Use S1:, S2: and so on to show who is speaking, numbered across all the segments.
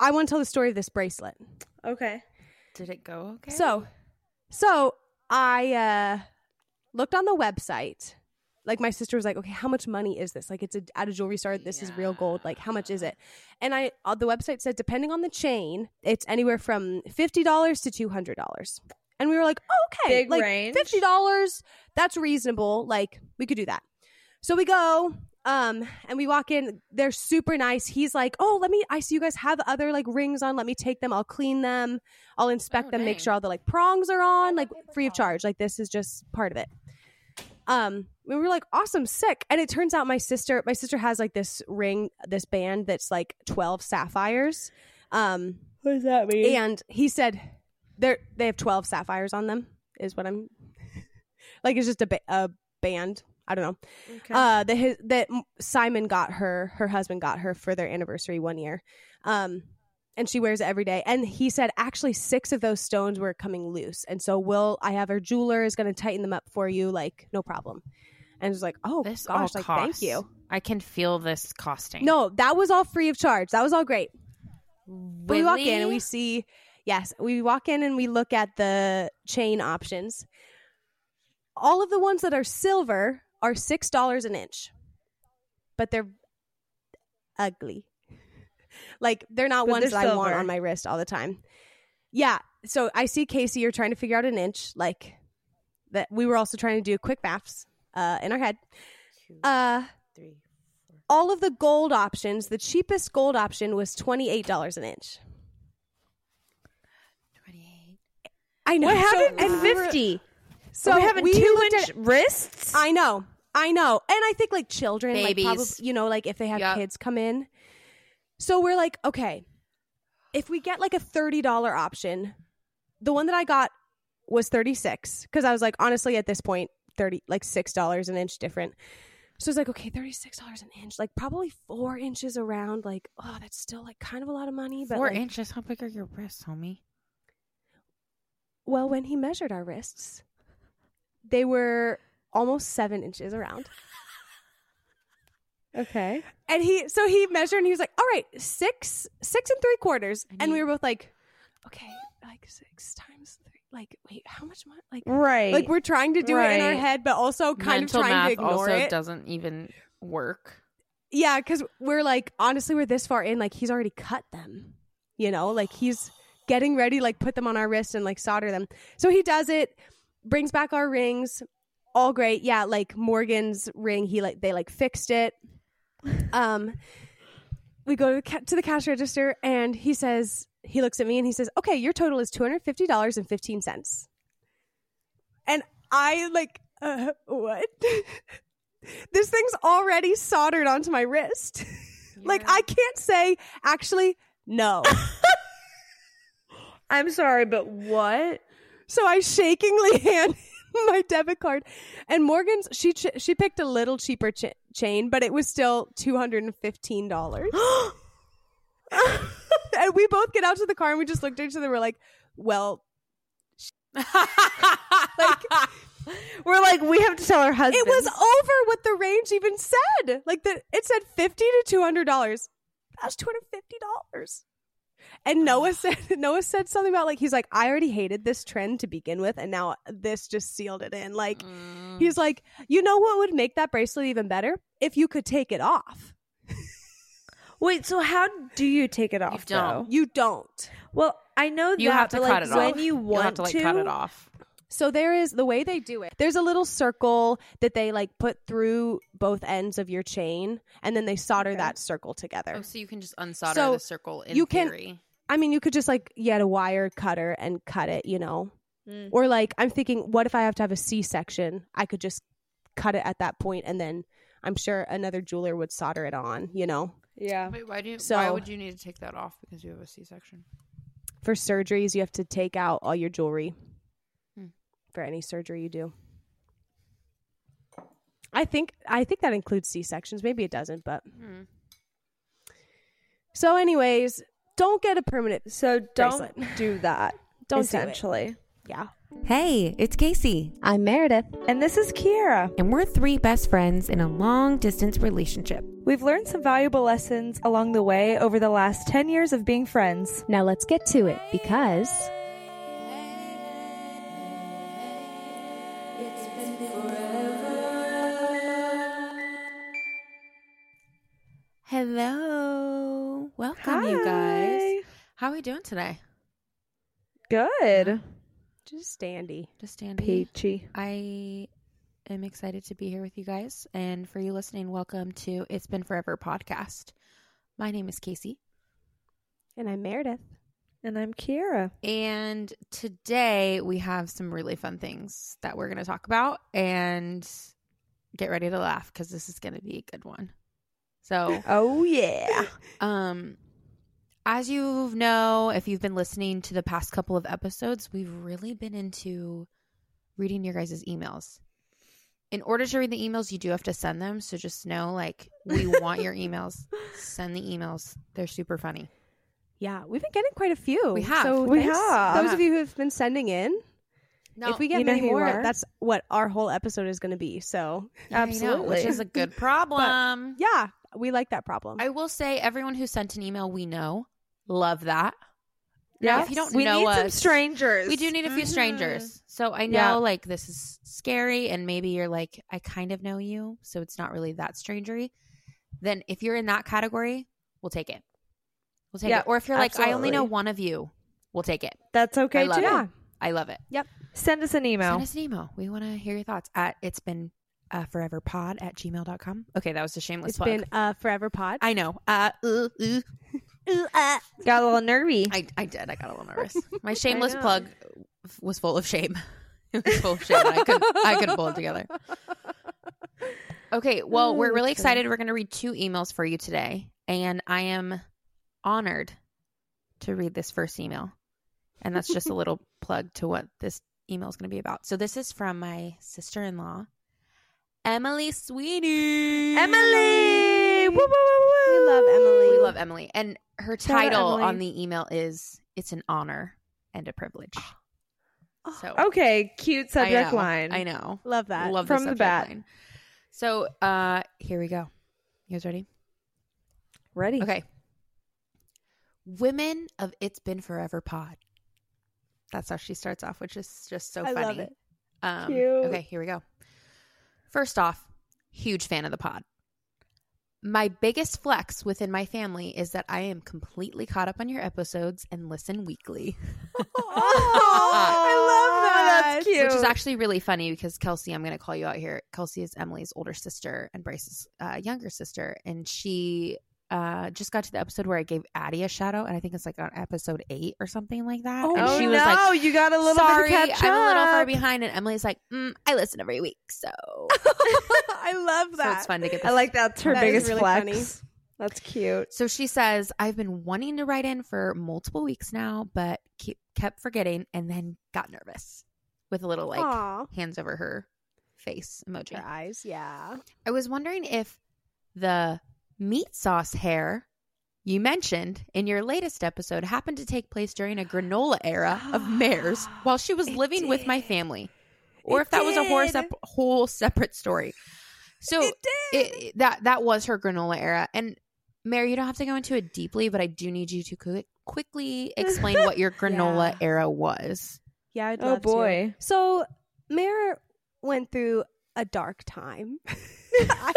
S1: I want to tell the story of this bracelet.
S2: Okay.
S3: Did it go okay?
S1: So, so I uh, looked on the website. Like my sister was like, "Okay, how much money is this? Like, it's a, at a jewelry store. This is real gold. Like, how much is it?" And I, uh, the website said, depending on the chain, it's anywhere from fifty dollars to two hundred dollars. And we were like, oh, "Okay,
S2: Big
S1: like
S2: range.
S1: fifty dollars, that's reasonable. Like, we could do that." So we go, um, and we walk in. They're super nice. He's like, "Oh, let me. I see you guys have other like rings on. Let me take them. I'll clean them. I'll inspect
S3: Oh,
S1: them. Make
S3: dang.
S1: sure all the like prongs are on, like free of charge. Like this is just part of it." Um, we were like, "Awesome, sick!" And it turns out my sister, my sister has like this ring, this band that's like twelve sapphires. Um,
S2: What does that mean?
S1: and he said they they have 12 sapphires on them is what I'm like it's just a, ba- a band I don't know
S2: Okay.
S1: uh that his, that Simon got her her husband got her for their anniversary one year um and she wears it every day and he said actually six of those stones were coming loose and so will I have her jeweler is going to tighten them up for you like no problem and it's like oh
S3: this all
S1: gosh like thank
S3: costs.
S1: you
S3: I can feel this costing.
S1: no that was all free of charge that was all great but we walk in and
S3: Really?
S1: we see, yes, we walk in and we look at the chain options. All of the ones that are silver are six dollars an inch, but they're ugly. like they're not
S2: But
S1: ones
S2: they're
S1: that I want
S2: silver.
S1: on my wrist all the time. Yeah. So I see Casey, you're trying to figure out an inch, like that. We were also trying to do quick maths uh, in our head. Uh,
S3: Three.
S1: all of the gold options, the cheapest gold option was twenty eight dollars an inch.
S3: 28.
S1: I know.
S2: what happened
S1: So-
S2: in
S1: and we were-
S2: 50?
S1: So
S2: we having
S1: we
S2: two
S1: looked
S2: inch
S1: at-
S2: wrists?
S1: I know. I know. And I think like children,
S3: Babies.
S1: like probably, you know, like if they have
S3: Yep.
S1: kids come in. So we're like, okay, if we get like a $30 option, the one that I got was 36 because I was like, honestly, at this point, 30 like $6 an inch different. So it's like, okay, $36 an inch, like probably four inches around. Like, oh, that's still like kind of a lot of money. But
S3: Four
S1: like-
S3: inches. How big are your wrists, homie?
S1: Well, when he measured our wrists, they were almost seven inches around.
S2: okay.
S1: And he, so he measured and he was like, all right, six, six and three quarters.
S3: I
S1: And we
S3: need-
S1: were both like, okay, like six times three. Like, wait, how much money? Like,
S2: Right.
S1: like we're trying to do it in our
S2: Right.
S1: head, but also kind
S3: Mental
S1: of trying
S3: math
S1: to ignore
S3: also
S1: it.
S3: doesn't even work.
S1: Yeah, because we're like, honestly, we're this far in. Like, he's already cut them, you know? Like, he's getting ready, like, put them on our wrist and, like, solder them. So he does it, brings back our rings. All great. Yeah, like Morgan's ring, he, like, they, like, fixed it. Um, we go to the, ca- to the cash register and he says, he looks at me and he says, okay, your total is $250.15. And I, like, uh, what? this thing's already soldered onto my wrist. Like I can't say actually no.
S2: I'm sorry, but what?
S1: so I shakingly hand him my debit card, and Morgan's she ch- she picked a little cheaper ch- chain, but it was still two hundred and fifteen dollars. and we both get out to the car and we just looked at each other. We're like, well,
S3: like,
S2: We're like, we have to tell our husband.
S1: it was over what the range even said. Like the it said fifty to two hundred dollars. That's two hundred fifty dollars. And Noah said Noah said something about like he's like I already hated this trend to begin with, and now this just sealed it in. Like
S2: Mm.
S1: he's like, you know what would make that bracelet even better if you could take it off.
S2: Wait, so how do you take it off?
S3: don't.
S2: though?
S1: You don't.
S2: Well, I know
S3: you
S2: that,
S3: have to
S2: but,
S3: cut
S2: like,
S3: it off.
S2: when you
S3: You'll
S2: want
S3: have to, like, cut it off.
S1: So there is the way they do it. There's a little circle that they like put through both ends of your chain, and then they solder
S2: Okay.
S1: that circle together.
S3: Oh, so you can just unsolder
S1: So,
S3: the circle in
S1: you can-
S3: theory.
S1: I mean, you could just like get a wire cutter and cut it, you know.
S2: Mm.
S1: Or like I'm thinking, what if I have to have a C-section? I could just cut it at that point, and then I'm sure another jeweler would solder it on, you know,
S2: Yeah.
S3: Wait, why do you, why
S1: So-
S3: would you need to take that off because you have a C-section?
S1: for surgeries you have to take out all your jewelry
S3: Hmm.
S1: for any surgery you do. I think I think that includes C-sections. Maybe it doesn't, but
S3: Hmm.
S1: so anyways, don't get a permanent.
S2: So don't
S1: Bracelet.
S2: do that.
S1: Don't do it.
S2: essentially.
S1: Yeah,
S3: Hey, it's Casey,
S1: I'm Meredith.
S2: And this is Kiera.
S3: and we're three best friends in a long distance relationship.
S2: We've learned some valuable lessons along the way over the last 10 years of being friends.
S1: Now let's get to it because
S4: Hello. Welcome, you
S2: Hi.
S4: guys. How are we doing today?
S2: Good.
S1: just dandy.
S4: Just standing.
S2: Peachy.
S4: I am excited to be here with you guys. And for you listening, welcome to It's Been Forever podcast. My name is Casey.
S1: And I'm Meredith.
S2: And I'm Kiera.
S4: And today we have some really fun things that we're going to talk about and get ready to laugh because this is going to be a good one. So,
S2: Oh, yeah.
S4: um, as you know, if you've been listening to the past couple of episodes, we've really been into reading your guys' emails. In order to read the emails, you do have to send them. So just know, like, we want your emails. Send the emails. They're super funny.
S1: Yeah, we've been getting quite a few.
S4: We have.
S1: So
S2: We
S1: thanks,
S2: have.
S1: Those of you who have been sending in,
S4: No,
S1: if we get
S2: you know
S1: many
S2: who you
S1: more,
S2: are.
S1: that's what our whole episode is going to be. So
S4: I know, which
S2: Absolutely.
S4: is a good problem.
S1: yeah, we like that problem.
S4: I will say, everyone who sent an email, we know, love that.
S2: Yeah.
S4: if you don't
S2: we
S4: know
S2: need some
S4: us-
S2: strangers.
S4: We do need a few
S2: Mhm.
S4: strangers, so I know
S2: Yeah.
S4: like this is scary, and maybe you're like, I kind of know you, so it's not really that strangery. Then, if you're in that category, we'll take it. We'll take
S2: Yeah,
S4: it. Or if you're like, I only know
S2: absolutely.
S4: one of you, we'll take it.
S2: That's okay,
S4: I love
S2: too.
S1: yeah,
S4: I love it.
S2: Send us an email.
S4: Send us an email. We want to hear your thoughts at it's been uh, forever pod at gmail.com. Okay, that was a shameless
S1: it's
S4: plug.
S1: been uh, forever pod.
S4: I know. Uh, ooh, ooh.
S2: Got a little nervy.
S4: I, I did. I got a little nervous. My shameless
S2: know.
S4: plug f- was full of shame. It was full of shame. I couldn't I couldn't pull it together. Okay, well, we're really excited. We're going to read two emails for you today, and I am honored to read this first email. And that's just a little plug to what this email is going to be about. So this is from my sister-in-law, Emily Sweeney.
S2: Emily! Woo, woo, woo, woo.
S1: We love Emily.
S4: We love Emily. And her
S2: Shout out
S4: title
S2: Emily.
S4: on the email is It's an Honor and a Privilege.
S1: Oh,
S4: So
S2: Okay, cute
S4: I
S2: Ah. subject
S4: know,
S2: line.
S4: I know.
S1: Love that.
S4: Love
S2: from the
S4: the, subject
S2: bat.
S4: Line. So uh here we go. You guys ready?
S2: Ready?
S4: Okay. Women of It's Been Forever Pod. That's how she starts off, which is just so
S1: I
S4: funny.
S1: love it.
S4: Um,
S2: Cute.
S4: Okay, here we go. First off, huge fan of the pod. My biggest flex within my family is that I am completely caught up on your episodes and listen weekly,
S2: I love that. That's cute.
S4: which is actually really funny because Kelsey, I'm going to call you out here. Kelsey is Emily's older sister and Bryce's uh, younger sister, and she uh, just got to the episode where I gave Addie a shout out, and I think it's like on episode eight or something like that.
S1: Oh,
S4: and
S2: Oh
S4: she
S2: no,
S4: was like,
S2: you got a little
S4: Sorry,
S2: bit of catch
S4: I'm a little far
S2: up.
S4: behind, and Emily's like, mm, I listen every week, so
S1: I love
S4: so
S1: that.
S4: it's fun to get.
S2: I
S4: This.
S2: like that's her
S1: That is
S2: biggest
S1: really
S2: flex.
S1: funny.
S2: That's cute.
S4: So she says, I've been wanting to write in for multiple weeks now, but keep, kept forgetting, and then got nervous with a little like
S1: Aw.
S4: hands over her face emoji.
S1: Your eyes, yeah.
S4: I was wondering if the meat sauce hair you mentioned in your latest episode happened to take place during a granola era of mares while she was
S2: It
S4: living with my
S2: did.
S4: family, or
S2: It
S4: if that was a whole,
S2: did.
S4: sep- whole separate story. So
S2: It did.
S4: it, it- that that was her granola era. And Mary, you don't have to go into it deeply, but I do need you to quick, quickly explain what your granola
S1: Yeah.
S4: era was.
S1: Yeah, I'd
S2: oh
S1: love to.
S2: boy.
S1: So Mare went through a dark time. I,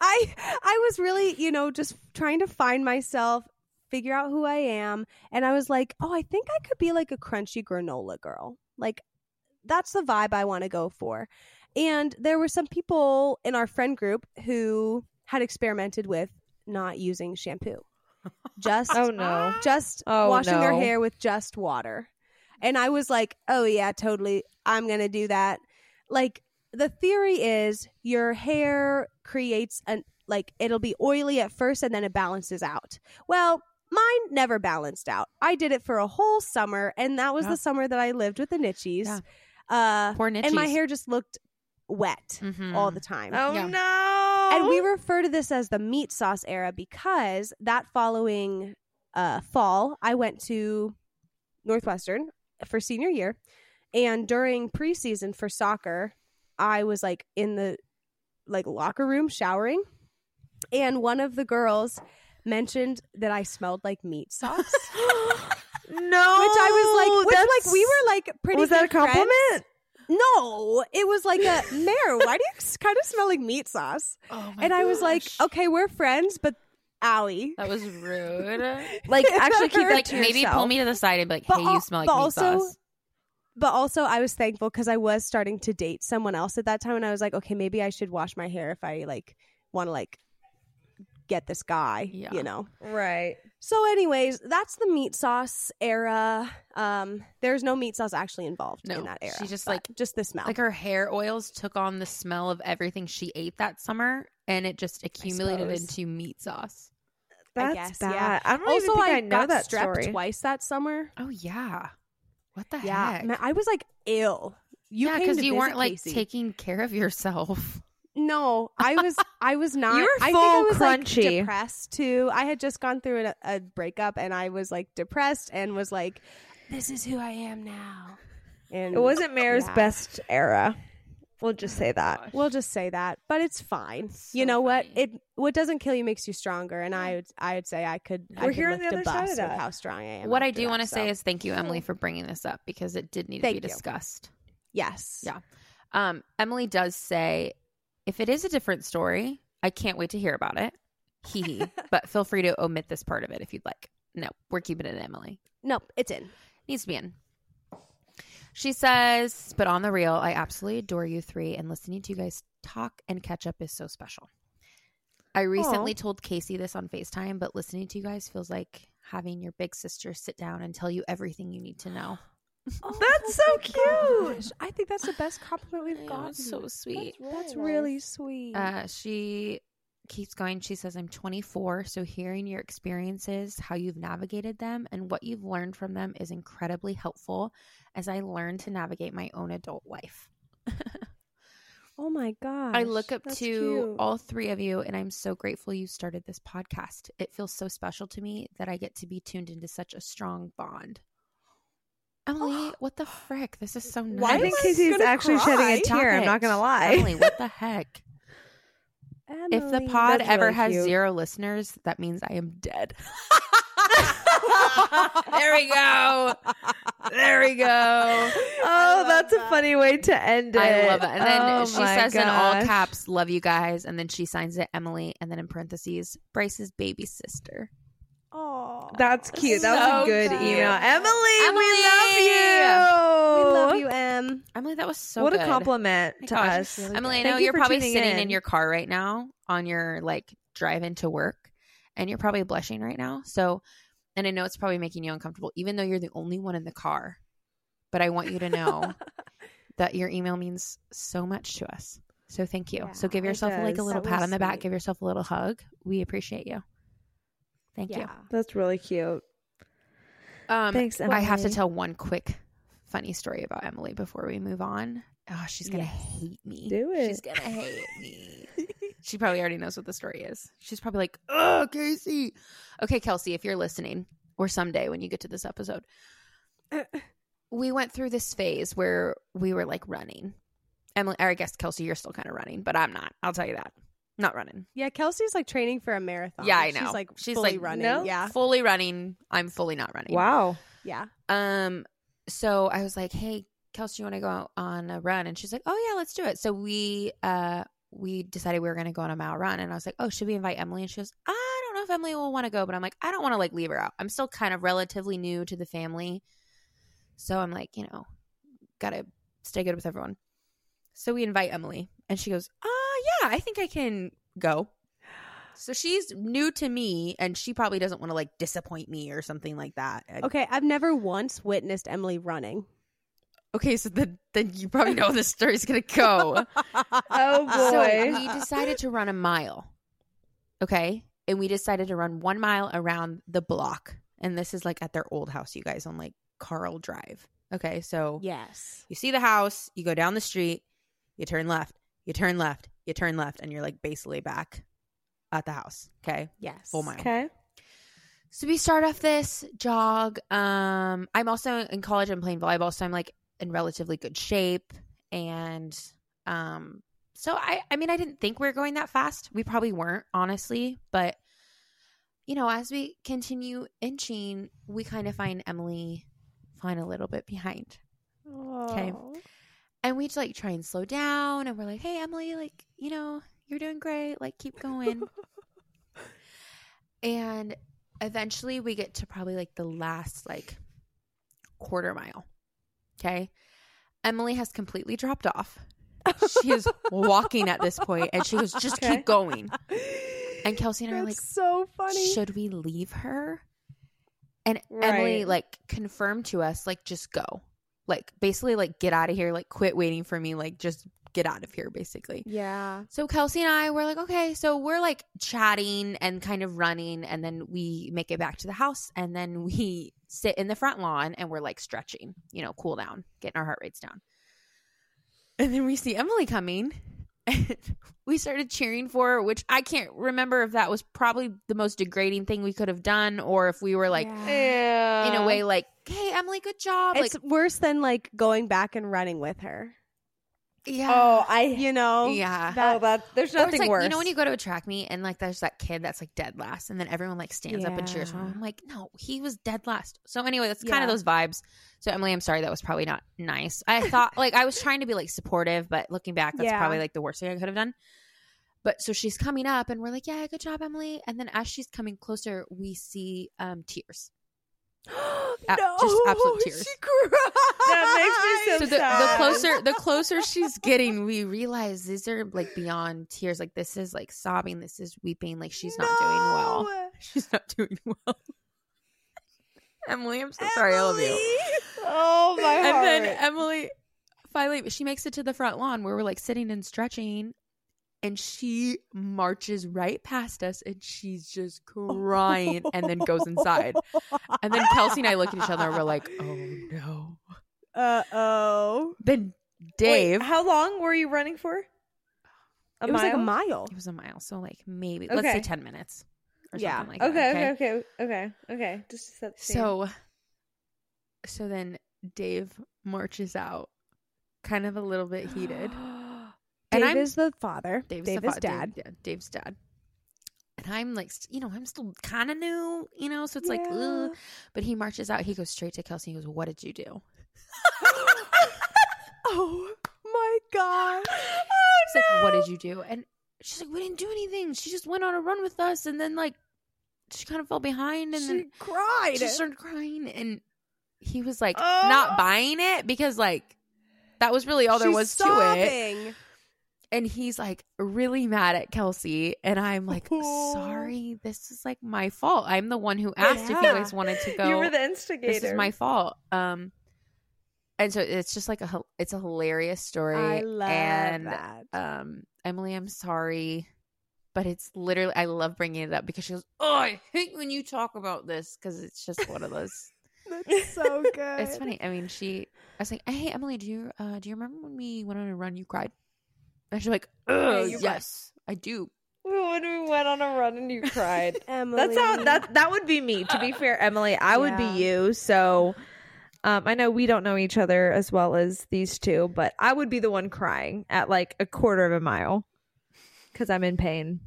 S1: I I was really, you know, just trying to find myself, figure out who I am, and I was like, "Oh, I think I could be like a crunchy granola girl." Like that's the vibe I want to go for. And there were some people in our friend group who had experimented with not using shampoo. Just
S2: Oh no.
S1: just
S2: Oh,
S1: washing their
S2: no.
S1: hair with just water. And I was like, oh, yeah, totally. I'm going to do that. Like, the theory is your hair creates an, like, it'll be oily at first and then it balances out. Well, mine never balanced out. I did it for a whole summer, and that was
S4: Yeah.
S1: the summer that I lived with the Nitchies.
S4: Yeah.
S1: Uh,
S4: Poor Nitchies.
S1: and my hair just looked wet
S4: Mm-hmm. Mm.
S1: all the time.
S2: Oh
S4: Yeah.
S2: no.
S1: And we refer to this as the meat sauce era because that following uh, fall, I went to Northwestern for senior year And during preseason for soccer, I was like in the like locker room showering, and one of the girls mentioned that I smelled like meat sauce.
S2: No,
S1: which I was like, which like we were like pretty.
S2: Oh, Was that a
S1: good friends.
S2: compliment?
S1: No, it was like a Mare. Why do you kind of smell like meat sauce?
S4: Oh
S1: and I was like, okay, we're friends, but owie.
S4: that was rude.
S2: Like actually keep that
S4: like
S2: to
S4: maybe
S2: yourself.
S4: pull me to the side and be like,
S1: But
S4: "Hey,
S1: al-
S4: you smell like
S1: but
S4: meat
S1: also-
S4: sauce."
S1: But also, I was thankful because I was starting to date someone else at that time, and I was like, okay, maybe I should wash my hair if I like want to like get this guy,
S4: Yeah.
S1: you know.
S2: Right.
S1: So, anyways, that's the meat sauce era. Um, there's no meat sauce actually involved
S4: No,
S1: in that era.
S4: she just,
S1: but
S4: like-
S1: just the smell.
S4: Like her hair oils took on the smell of everything she ate that summer, and it just accumulated
S1: suppose.
S4: into meat sauce.
S1: I
S2: That's
S1: guess,
S2: bad.
S1: yeah.
S2: I don't
S1: also,
S2: even think I,
S1: I,
S2: know
S1: got
S2: that
S1: strep
S2: story.
S1: twice that summer.
S4: Oh yeah, what the heck?
S1: man, I was like ill. You
S4: yeah,
S1: came to
S4: you
S1: visit,
S4: weren't like
S1: Casey.
S4: taking care of yourself.
S1: No, I was. I was not.
S2: were
S1: I think I
S2: full
S1: was like,
S2: crunchy.
S1: depressed too. I had just gone through a, a breakup, and I was like depressed, and was like, "This is who I am now." And
S2: It
S4: Oh,
S2: wasn't Mayor's
S1: Yeah.
S2: best era. We'll just say
S4: Uh,
S2: that.
S1: We'll just say that, but it's fine.
S4: It's
S1: you
S4: so
S1: know what?
S4: funny.
S1: It what doesn't kill you makes you stronger. And I would I would say I could. I
S2: We're
S1: could
S2: here on the
S1: lift a
S2: other side
S1: bus
S2: of that.
S1: With how strong I am.
S4: What I
S1: after
S4: do
S1: that,
S4: want to say
S1: so.
S4: is thank you, Emily, for bringing this up because it did need to
S1: Thank
S4: be
S1: you.
S4: discussed.
S1: yes.
S4: Yeah. Um, Emily does say, if it is a different story, I can't wait to hear about it. Hee hee. but feel free to omit this part of it if you'd like. No, we're keeping it in, Emily.
S1: Nope. It's in.
S4: Needs to be in. She says, but on the real, I absolutely adore you three, and listening to you guys talk and catch up is so special. I recently told Casey this on FaceTime, but listening to you guys feels like having your big sister sit down and tell you everything you need to know. Oh,
S2: That's so cute.
S1: Oh Gosh, I think that's the best compliment we've
S4: Oh,
S1: gotten.
S4: it's so sweet.
S1: That's really sweet.
S4: Uh, she keeps going. She says, I'm 24, so hearing your experiences, how you've navigated them, and what you've learned from them is incredibly helpful as I learn to navigate my own adult life.
S1: oh my god!
S4: I look up to all three of you, and I'm so grateful you started this podcast. It feels so special to me that I get to be tuned into such a strong bond. Emily, what the frick? This is so nice.
S1: Why
S2: I think
S1: am I
S2: Casey's
S1: gonna
S2: actually
S1: cry?
S2: shedding a
S4: Stop
S2: tear. I'm
S4: it.
S2: not gonna lie.
S4: Emily, what the heck? If the pod
S2: That's
S4: ever
S2: really
S4: has
S2: cute.
S4: zero listeners, that means I am dead. there we go. There we go.
S2: Oh, that's a funny way to end it.
S4: I love it. And then
S2: Oh
S4: she
S2: my
S4: says in all
S2: gosh.
S4: caps, love you guys. And then she signs it Emily. And then in parentheses, Bryce's baby sister.
S1: oh,
S2: That's cute. That was a
S4: So
S2: good
S1: cute.
S2: email. Emily,
S1: we
S2: we love you.
S1: love you, Em.
S4: Emily, that was so
S2: what
S4: good.
S2: a compliment
S4: My
S2: to
S4: gosh,
S2: us.
S4: Emily, I
S2: Thank
S4: know
S2: you
S4: you're
S2: for
S4: probably
S2: tuning
S4: sitting in.
S2: in.
S4: your car right now on your like drive into work and you're probably blushing right now. So, and I know it's probably making you uncomfortable, even though you're the only one in the car. But I want you to know that your email means so much to us. So thank you. so
S1: Yeah,
S4: give
S2: it
S4: yourself like a
S2: does.
S4: little
S1: That
S4: pat
S1: was
S4: on the back.
S1: sweet.
S4: Give yourself a little hug. We appreciate you. Thank
S1: Yeah.
S2: That's really cute.
S4: you. Um,
S2: Thanks, Emily.
S4: I have to tell one quick funny story about Emily before we move on. Oh, she's gonna hate me.
S2: Do
S4: She's
S2: it.
S4: gonna hate me. she probably already knows what the story is. She's probably like, "Oh, Casey." Okay, Kelsey, if you're listening, or someday when you get to this episode, we went through this phase where we were like running. Emily, or I guess Kelsey, you're still kind of running, but I'm not. I'll tell you that. Not running.
S1: Yeah, Kelsey's like training for a marathon.
S4: Yeah, I know.
S1: She's like
S4: She's,
S1: fully
S4: like,
S1: running.
S2: no.
S1: Yeah,
S4: Fully running. I'm fully not running.
S2: Wow.
S4: Oh.
S1: yeah.
S4: Um, so I was like, "Hey, Kelsey, you want to go out on a run?" And she's like, "Oh yeah, let's do it." So we uh we decided we were going to go on a mile run, and I was like, "Oh, should we invite Emily?" And she goes, "I don't know if Emily will want to go," but I'm like, "I don't want to like leave her out. I'm still kind of relatively new to the family, so I'm like, you know, gotta stay good with everyone." So we invite Emily, and she goes, "Ah, yeah, I think I can go." So she's new to me, and she probably doesn't want to like disappoint me or something like that. I-
S1: Okay, I've never once witnessed Emily running.
S4: Okay, so then then you probably know how this story's gonna go.
S2: Oh
S4: so
S2: boy.
S4: we decided to run a mile. Okay. And we decided to run one mile around the block. And this is like at their old house, you guys, on like Carl Drive. Okay, so
S1: yes.
S4: you see the house, you go down the street, you turn left, you turn left, you turn left, and you're like basically back at the house. Okay.
S1: Yes.
S4: Full mile.
S2: Okay.
S4: So we start off this jog. Um, I'm also in college. I'm playing volleyball, so I'm like in relatively good shape and um so I I mean I didn't think we were going that fast. We probably weren't, honestly, but you know, as we continue inching, we kind of find Emily find a little bit behind.
S2: Okay.
S4: And we like try and slow down and we're like, "Hey Emily, like, you know, you're doing great. Like keep going." and eventually we get to probably like the last like quarter mile. Okay? Emily has completely dropped off. She is walking at this point and she goes, "Just
S2: Okay.
S4: keep going." And Kelsey and I are
S1: That's
S4: like,
S1: so funny.
S4: should we leave her? And Emily
S2: Right.
S4: like confirmed to us, like, just go. Like basically like get out of here, like quit waiting for me, like just get out of here, basically.
S1: yeah.
S4: So Kelsey and I were like, okay, so we're like chatting and kind of running, and then we make it back to the house, and then we sit in the front lawn and we're like stretching, you know, cool down, getting our heart rates down. And then we see Emily coming. And we started cheering for her, which I can't remember if that was probably the most degrading thing we could have done, or if we were like
S2: Eh.
S4: in a way like, "Hey, Emily, good job!"
S1: It's
S4: like,
S1: worse than like going back and running with her.
S2: Oh,
S4: yeah,
S2: I.
S1: You know?
S4: yeah,
S2: Oh, that there's
S4: Or it's
S2: nothing
S4: like,
S2: worse.
S4: You know when you go to a track meet and like there's that kid that's like dead last, and then everyone like stands up and cheers for him.
S5: Yeah.
S4: I'm like, no, he was dead last. So anyway, that's kind
S1: Yeah.
S4: of those vibes. So Emily, I'm sorry that was probably not nice. I thought like I was trying to be like supportive, but looking back, that's
S1: Yeah.
S4: probably like the worst thing I could have done. But so she's coming up, and we're like, yeah, good job, Emily. And then as she's coming closer, we see um tears. Uh,
S1: no,
S4: just absolute tears.
S1: She cried.
S2: That makes me so
S4: So the, the
S2: sad.
S4: closer the closer she's getting, we realize these are like beyond tears. Like this is like sobbing, this is weeping. Like she's not doing well.
S1: No.
S4: She's not doing well. Emily, I'm so sorry. I love you.
S2: oh my
S4: And
S2: heart.
S4: then Emily finally she makes it to the front lawn where we're like sitting and stretching. And she marches right past us and she's just crying and then goes inside. And then Kelsey and I look at each other and we're like, oh no.
S1: Uh oh.
S4: Then
S2: Wait,
S4: Dave.
S2: how long were you running for? A
S1: It was like a mile.
S4: It was a mile, so like maybe let's say
S2: Okay.
S4: ten minutes or
S1: Yeah.
S4: something like
S2: Okay,
S4: that.
S2: okay, okay, okay, okay. Just to set the scene.
S4: So, so then Dave marches out, kind of a little bit heated.
S1: Dave
S4: I'm-
S1: is the father.
S4: Dave's
S1: Dave
S4: the
S1: is
S4: fa-
S1: dad.
S4: Dave, yeah, Dave's dad. And I'm like, st- you know, I'm still kind of new, you know, so it's like,
S1: Yeah.
S4: ugh. but he marches out. He goes straight to Kelsey. He goes, "What did you do?"
S1: Oh my god.
S4: It's like, what did you do? And she's like, we didn't do anything. She just went on a run with us, and then like, she kind of fell behind, and then
S1: She cried.
S4: She started crying, and he was like
S2: Oh.
S4: not buying it because like that was really all there
S1: She's
S4: was to it.
S1: sobbing.
S4: And he's like really mad at Kelsey, and I'm like,
S1: Oh.
S4: sorry, this is like my fault. I'm the one who asked if you
S1: Yeah.
S4: guys wanted to go.
S2: you were the instigator.
S4: this is my fault. Um, and so it's just like a hil- it's a hilarious story.
S1: I love
S4: and
S1: that.
S4: um, Emily, I'm sorry, but it's literally, I love bringing it up because she goes, Oh, I hate when you talk about this because it's just one of those.
S1: That's so good.
S4: it's funny. I mean, she, I was like, Hey, Emily, do you, uh, do you remember when we went on a run? You cried. And she's like, Oh,
S2: you cried.
S4: yes, I do.
S2: when we went on a run and you cried.
S1: Emily.
S2: That's how that that would be me. To be fair, Emily, I would be
S1: Yeah.
S2: you. So um, I know we don't know each other as well as these two, but I would be the one crying at like a quarter of a mile because I'm in pain.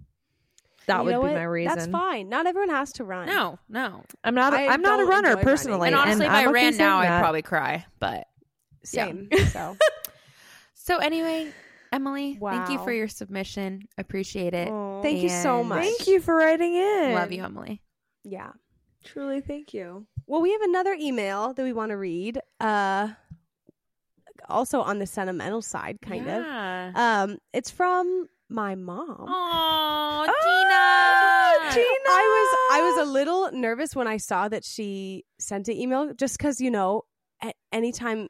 S2: That
S1: You
S2: would be
S1: know what?
S2: my reason.
S1: That's fine. Not everyone has to run.
S4: No, no.
S2: I'm not. A,
S1: I
S2: I'm not a
S1: don't
S2: runner
S1: enjoy running.
S2: personally.
S1: Like,
S4: and honestly, if
S2: I'm
S4: I
S2: okay
S4: ran
S2: saying
S4: now, I'd
S2: that.
S4: probably cry. But Yeah.
S1: Same. So
S4: so anyway, Emily, thank you
S1: Wow. Oh,
S4: for your submission. Appreciate it.
S2: Aw.
S1: thank you so
S4: And-
S1: much.
S2: Thank you for writing in.
S4: Love you, Emily.
S1: Yeah.
S2: Truly, thank you.
S1: Well, we have another email that we want to read. Uh also on the sentimental side, kind of.
S4: yeah.
S1: Um, it's from my mom.
S4: Oh,
S2: Oh,
S4: Gina.
S2: Gina.
S1: I was I was a little nervous when I saw that she sent an email, just because you know, a anytime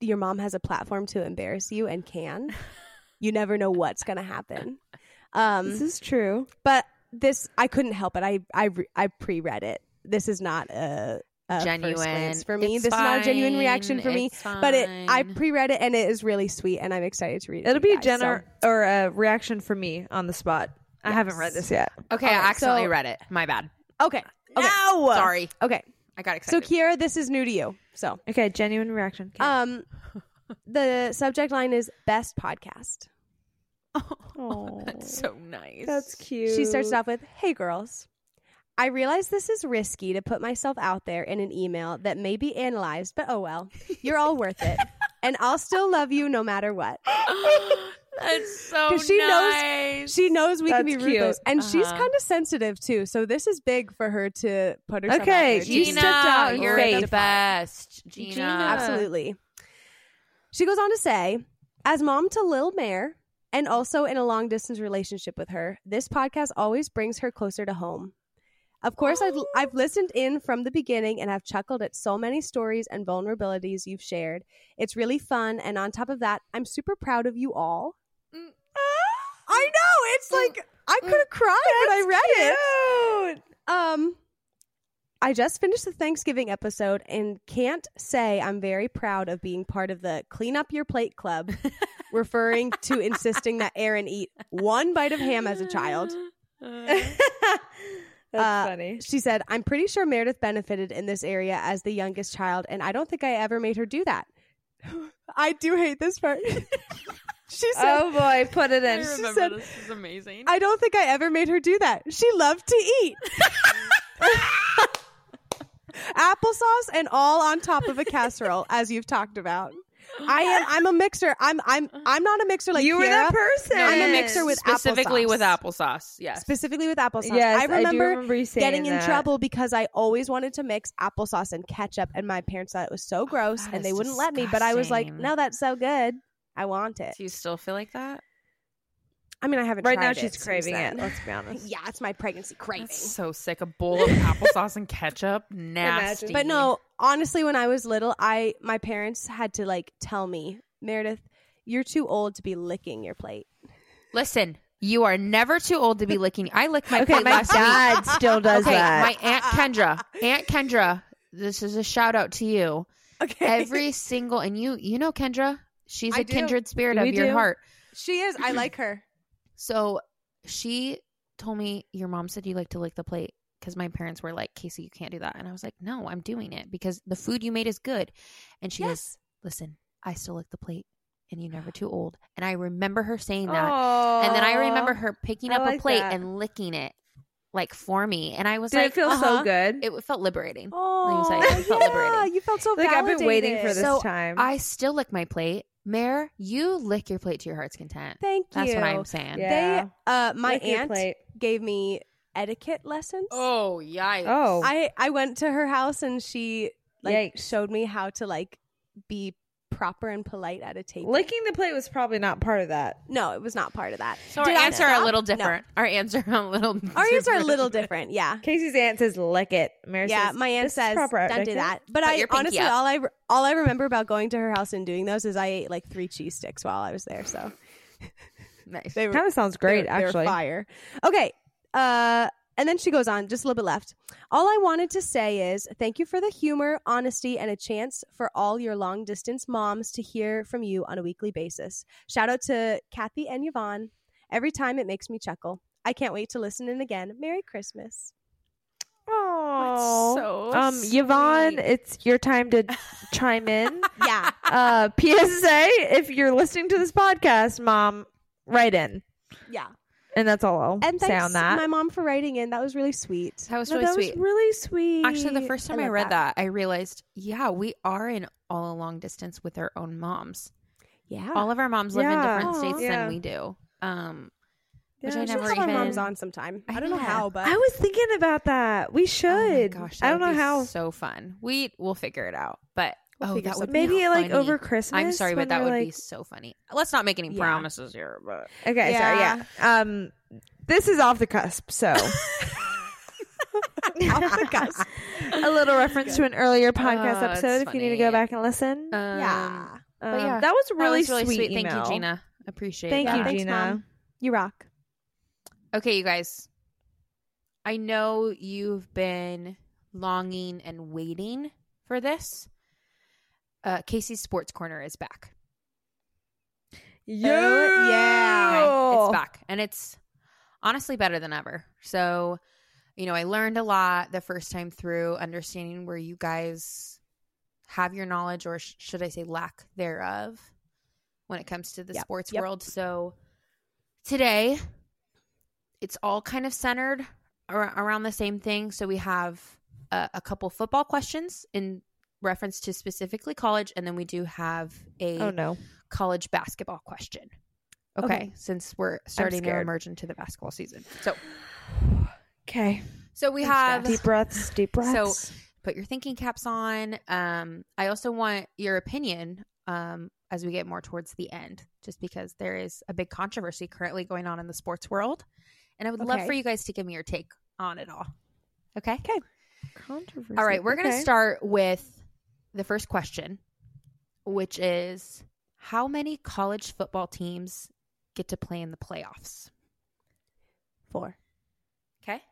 S1: your mom has a platform to embarrass you and can, you never know what's gonna happen.
S2: This
S1: Um,
S2: is true.
S1: but this I couldn't help it. I I re- I pre-read it. This is not a, a first glance for me.
S4: It's
S1: this is not a genuine reaction for
S4: fine.
S1: me.
S4: It's
S1: But it I
S4: fine.
S1: pre-read it and it is really sweet, and I'm excited to read it. to
S2: It'll
S1: you
S2: be a
S1: guys,
S2: gener-
S1: so-
S2: or a reaction for me on the spot. I haven't read
S1: Yes.
S2: this yet.
S1: uh,
S4: okay,
S1: Okay,
S4: I accidentally
S1: so-
S4: read it. My bad.
S1: Okay. Okay.
S4: Sorry.
S1: Okay.
S4: I got
S1: So
S4: excited.
S1: Kiera, this is new to you. So
S2: Okay, genuine reaction.
S1: um the subject line is best podcast.
S2: Oh,
S4: That's so nice.
S2: that's cute.
S1: She starts off with, Hey girls. I realize this is risky to put myself out there in an email that may be analyzed, but oh well. You're all worth it. And I'll still love you no matter what.
S4: that's so
S1: 'Cause she knows-
S4: nice.
S1: She knows we can be
S2: That's
S1: ruthless. And she's
S4: Uh-huh.
S1: kind of sensitive too. So this is big for her to put herself out
S2: Okay,
S1: there.
S2: you
S1: too.
S4: Gina,
S2: stepped out.
S4: You're
S2: Faith.
S4: the best, Gina.
S2: Gina.
S1: Absolutely. She goes on to say, as mom to Lil Mare and also in a long distance relationship with her, this podcast always brings her closer to home. Of course, I've, I've listened in from the beginning and have chuckled at so many stories and vulnerabilities you've shared. It's really fun. And on top of that, I'm super proud of you all.
S4: Mm.
S1: I know. It's like, I could have cried when I read it.
S2: Dude.
S1: Um, I just finished the Thanksgiving episode and can't say I'm very proud of being part of the Clean Up Your Plate Club, referring to insisting that Aaron eat one bite of ham as a child.
S2: That's
S1: Uh,
S2: funny.
S1: She said, I'm pretty sure Meredith benefited in this area as the youngest child, and I don't think I ever made her do that. I do hate this part. she said,
S2: Oh boy, put it
S4: I
S2: in.
S1: She
S4: remember
S1: said-
S4: this is amazing.
S1: I don't think I ever made her do that. She loved to eat. Applesauce and all on top of a casserole, as you've talked about. I am I'm a mixer. I'm I'm I'm not a mixer like
S2: you were
S1: Kiara,
S2: that person.
S1: I'm a mixer with
S4: specifically
S1: applesauce.
S4: with applesauce. Yes,
S1: specifically with applesauce.
S2: Yes,
S1: I
S2: do
S1: remember,
S2: you saying
S1: getting in
S2: that.
S1: trouble because I always wanted to mix applesauce and ketchup and my parents thought it was so gross
S4: that
S1: and they
S4: is
S1: wouldn't let me, but I was like,
S4: disgusting.
S1: No, that's so good. I want it.
S4: Do you still feel like that?
S1: I mean I haven't
S2: Right
S1: tried
S2: now,
S1: it
S2: she's
S1: since
S2: craving it.
S1: then.
S2: Let's be honest.
S1: Yeah, it's my pregnancy craving.
S4: That's so sick. A bowl of applesauce and ketchup. Nasty.
S1: But no, honestly, when I was little, I my parents had to like tell me, Meredith, you're too old to be licking your plate.
S4: listen. You are never too old to be licking. I licked my
S2: Okay,
S4: plate
S2: my
S4: last week.
S2: dad still does
S4: okay,
S2: that.
S4: my aunt Kendra. Aunt Kendra, this is a shout out to you.
S1: Okay,
S4: Every single and you you know Kendra, she's
S1: I
S4: a
S1: do.
S4: kindred spirit
S2: Do
S4: of
S2: we
S4: your
S2: do?
S4: heart.
S1: she is. I like her.
S4: So she told me your mom said you like to lick the plate because my parents were like, Casey, you can't do that. And I was like, no, I'm doing it because the food you made is good. And she goes,
S1: yes,
S4: listen, I still lick the plate and you're never too old. And I remember her saying that.
S2: Aww.
S4: And then I remember her picking
S2: I
S4: up
S2: like
S4: a plate
S2: that.
S4: and licking it like for me. And I was
S2: Did
S4: like,
S2: it feel
S4: uh-huh.
S2: so good?
S4: It felt liberating.
S1: oh,
S4: say, I felt
S1: yeah,
S4: liberated.
S1: you felt so
S2: like I've been waiting for
S1: validated.
S2: this
S4: So,
S2: time.
S4: I still lick my plate. Mare, you lick your plate to your heart's content.
S1: Thank you.
S4: That's what I'm saying.
S2: Yeah.
S1: They, uh, my
S2: Lick your
S1: aunt
S2: plate.
S1: gave me etiquette lessons.
S4: Oh, yikes.
S2: Oh.
S1: I I went to her house and she like
S2: Yikes.
S1: showed me how to like be proper and polite at a table.
S2: Licking the plate was probably not part of that.
S1: no, it was not part of that.
S4: So our
S1: Did I
S4: answer are
S1: stop?
S4: a little
S1: No.
S4: different. Our answer are a little.
S1: Our answers are a little different. Yeah.
S2: Casey's aunt says, lick it. Mary
S1: yeah,
S2: says,
S1: my aunt
S2: "This is
S1: says
S2: proper
S1: don't do
S2: etiquette."
S1: that. But
S4: Put
S1: I
S4: your pinky
S1: honestly,
S4: up.
S1: all I all I remember about going to her house and doing those is I ate like three cheese sticks while I was there. So
S4: Nice.
S1: they were
S2: Kind of sounds
S1: they were-
S2: great,
S1: they were
S2: actually.
S1: fire. Okay. Uh, and then she goes on, just a little bit left. All I wanted to say is thank you for the humor, honesty, and a chance for all your long distance moms to hear from you on a weekly basis. Shout out to Kathy and Yvonne. Every time it makes me chuckle. I can't wait to listen in again. Merry Christmas.
S2: Aww.
S4: so
S2: um, Yvonne,
S4: sweet.
S2: it's your time to chime in.
S1: Yeah.
S2: Uh, PSA, if you're listening to this podcast, mom, write in.
S1: Yeah.
S2: And that's all I'll
S1: And
S2: say
S1: thanks
S2: on that.
S1: my mom for writing in. That was really sweet.
S4: That was
S2: No,
S4: really
S2: that
S4: sweet.
S2: was really sweet.
S4: Actually, the first time I,
S1: love
S4: read
S1: that.
S4: that. I realized, yeah, we are in all along distance with our own moms.
S1: Yeah.
S4: All of our moms live in
S2: Ah, Yeah.
S4: different
S1: Aw.
S4: states
S2: Yeah.
S4: than we do. Um,
S2: Yeah,
S4: which I
S2: we should
S4: never
S1: have
S4: even.
S1: our moms on sometime. I,
S4: I
S1: don't know
S4: know.
S1: how, but
S2: I was thinking about that. We should.
S4: Oh my gosh, that
S2: I don't
S4: would
S2: know
S4: be
S2: how.
S4: So fun. We will figure it out, but
S1: We'll
S4: oh,
S1: figure
S4: that would
S1: something
S4: be
S2: maybe like
S4: funny.
S2: over Christmas.
S4: I'm sorry,
S2: when
S4: but that
S2: we're,
S4: would be
S2: like,
S4: so funny. Let's not make any
S1: Yeah.
S4: promises here, but
S2: Okay, sorry. Yeah, um, this is off the cusp. So
S1: off the cusp.
S2: a little reference to an earlier podcast
S4: Oh, it's
S2: episode. If you need to go
S4: funny.
S2: back and listen,
S1: yeah.
S4: Um,
S2: Um,
S4: yeah,
S2: that was
S4: that
S2: really,
S4: was really
S2: sweet.
S4: sweet. Thank
S2: email.
S4: you, Gina. Appreciate.
S2: Thank
S4: that.
S2: you,
S1: Thanks,
S2: Gina.
S1: Mom. You rock.
S4: Okay, you guys. I know you've been longing and waiting for this. Uh, Casey's Sports Corner is back.
S2: Yeah,
S1: yeah.
S4: Okay? It's back. And it's honestly better than ever. So you know, I learned a lot the first time through, understanding where you guys have your knowledge or sh- should I say lack thereof when it comes to the
S1: Yep.
S4: sports
S1: Yep.
S4: world. So today it's all kind of centered ar- around the same thing. So we have a, a couple football questions in reference to specifically college, and then we do have a
S2: Oh no.
S4: college basketball question. Okay,
S2: Okay.
S4: since we're starting to
S2: scared.
S4: emerge into the basketball season. So
S2: Okay.
S4: so we
S1: I'm
S4: have
S1: stressed.
S2: Deep breaths. Deep breaths.
S4: put your thinking caps on. Um, I also want your opinion um, as we get more towards the end, just because there is a big controversy currently going on in the sports world. And I would love
S1: Okay.
S4: for you guys to give me your take on it all. Okay.
S2: Controversy.
S4: All right. We're going to
S2: Okay.
S4: start with the first question, which is how many college football teams get to play in the playoffs?
S1: Four.
S4: Okay.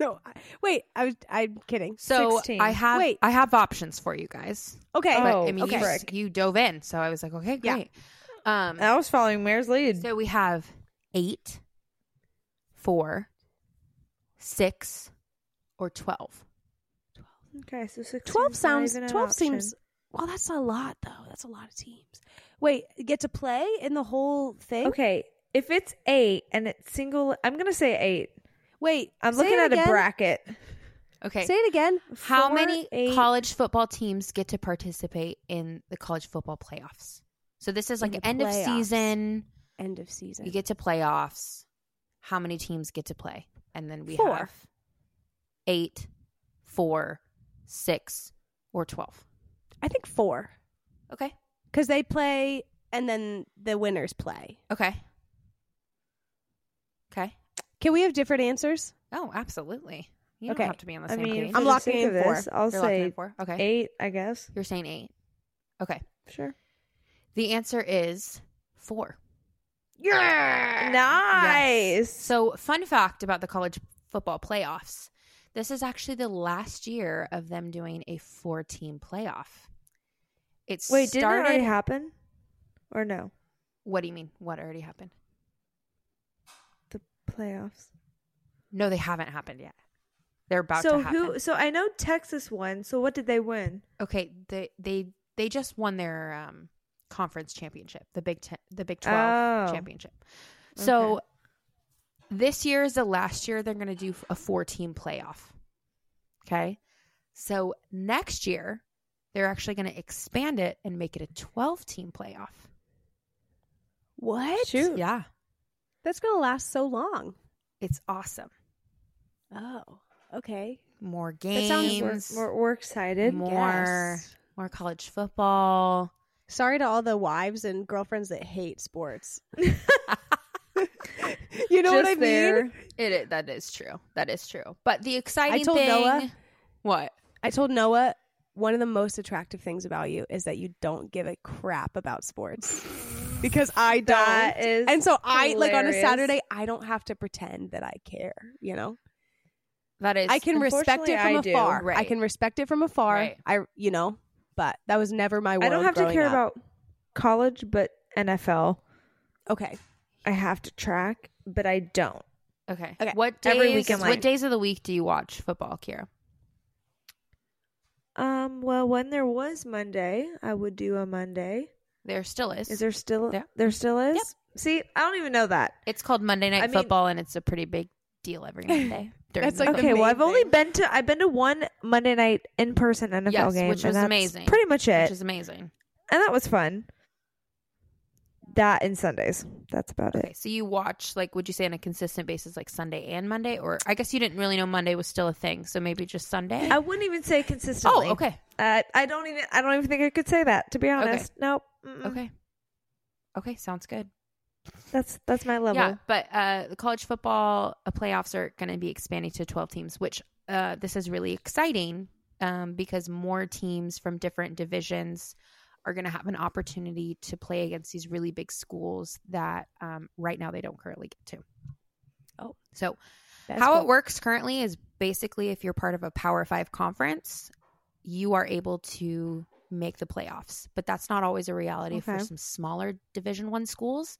S1: No, I, wait. I was. I'm kidding.
S4: So
S2: 16.
S4: I have
S1: Wait.
S4: I have options for you guys.
S1: Okay.
S2: Oh.
S4: but I mean,
S1: okay.
S4: you, s- you dove in, so I was like, okay,
S1: Yeah. Uh,
S4: great. Um,
S2: I was following Mayor's lead.
S4: so we have eight, four, six, or twelve.
S2: okay, so
S1: 12 sounds 12 seems well that's a lot though that's a lot of teams wait get to play in the whole thing
S2: Okay, if it's 8 and it's single I'm going to say 8.
S1: wait
S2: I'm
S1: say
S2: looking
S1: it
S2: at
S1: again.
S2: a bracket.
S4: Okay,
S1: say it again
S4: how
S2: Four,
S4: many
S2: eight-
S4: college football teams get to participate in the college football playoffs? So this is
S1: In
S4: like
S1: the
S4: end of
S1: playoffs.
S4: season.
S1: end of season
S4: You get to playoffs. How many teams get to play? And then we
S1: Four.
S4: have eight, four, six, or twelve.
S1: i think four
S4: Okay.
S1: because they play and then the winners play
S4: Okay. Okay.
S1: can we have different answers
S4: Oh, absolutely. You don't
S1: Okay.
S4: have to be on the
S2: I
S4: same
S2: mean,
S4: page.
S2: for
S1: I'm
S2: the
S1: locking
S2: sake
S1: in
S2: of
S1: four.
S2: this, I'll
S4: You're locking in
S2: say
S4: four. Okay.
S2: 8, I guess.
S4: You're saying eight. Okay.
S2: Sure.
S4: The answer is four.
S2: Nice.
S4: So, fun fact about the college football playoffs this is actually the last year of them doing a four team playoff. It
S2: Wait, didn't
S4: started.
S2: it already happen? Or no?
S4: what do you mean? What already happened?
S2: The playoffs.
S4: No, they haven't happened yet. They're about
S2: so
S4: to happen.
S2: who so I know Texas won. So what did they win?
S4: Okay, they they they just won their um conference championship, the Big Ten, the Big
S2: Oh.
S4: Twelve championship. So this year is the last year they're going to do f- a four team playoff. Okay, so next year they're actually going to expand it and make it a twelve team playoff.
S1: what
S2: Shoot.
S4: Yeah,
S1: that's gonna last so long
S4: it's awesome.
S1: oh okay
S4: More
S1: That sounds-
S2: We're,
S4: games,
S2: we're, we're excited.
S4: More.
S1: Yes.
S4: more college football.
S1: sorry to all the wives and girlfriends that hate sports you know what i
S2: Just
S1: mean
S2: there.
S4: It is, that is true. That is true. But the exciting
S1: told
S4: thing,
S1: Noah-
S4: what?
S1: I told Noah one of the most attractive things about you is that you don't give a crap about sports because I don't.
S2: That is
S1: and so I like on a
S2: hilarious.
S1: Saturday I don't have to pretend that I care, you know?
S4: That is,
S1: I can respect it from
S2: unfortunately, I do,
S1: afar. I
S4: right.
S1: can respect it from afar.
S4: Right.
S1: I you know, but that was never my world.
S2: I don't have to
S1: growing
S2: care
S1: up.
S2: about college, but NFL.
S1: Okay.
S2: I have to track, but I don't.
S4: Okay.
S1: Okay.
S4: What days?
S2: Every weekend
S4: what
S2: line.
S4: days of the week do you watch football, Kira?
S2: Um. Well, when there was Monday, I would do a Monday.
S4: There still is.
S2: Is there still?
S4: Yeah.
S2: There still is.
S4: Yep.
S2: See, I don't even know that.
S4: it's called Monday Night
S2: I mean-
S4: Football, and it's a pretty big deal every Monday. during
S1: That's
S4: the
S1: like the
S4: football-
S2: Okay. Well,
S1: main
S2: I've only
S1: thing.
S2: been to. I've been to one Monday night in person NFL
S4: Yes,
S2: game,
S4: which
S2: and
S4: was
S2: that's
S4: amazing.
S2: Pretty much it,
S4: which is amazing.
S2: and that was fun. That and Sundays. That's about
S4: Okay,
S2: it.
S4: so you watch like would you say on a consistent basis, like Sunday and Monday, or I guess you didn't really know Monday was still a thing, so maybe just Sunday.
S2: I wouldn't even say consistently.
S4: oh, okay,
S2: Uh, I don't even. I don't even think I could say that. To be honest, nope. Mm-mm.
S4: okay, okay, sounds good.
S2: That's that's my level.
S4: Yeah, but uh, the college football uh, playoffs are going to be expanding to 12 teams, which uh, this is really exciting um, because more teams from different divisions are going to have an opportunity to play against these really big schools that um, right now they don't currently get to.
S1: Oh.
S4: so
S1: That's
S4: how
S1: cool.
S4: it works currently is basically if you're part of a Power Five conference, you are able to make the playoffs, but that's not always a reality for
S2: Okay.
S4: some smaller Division One schools,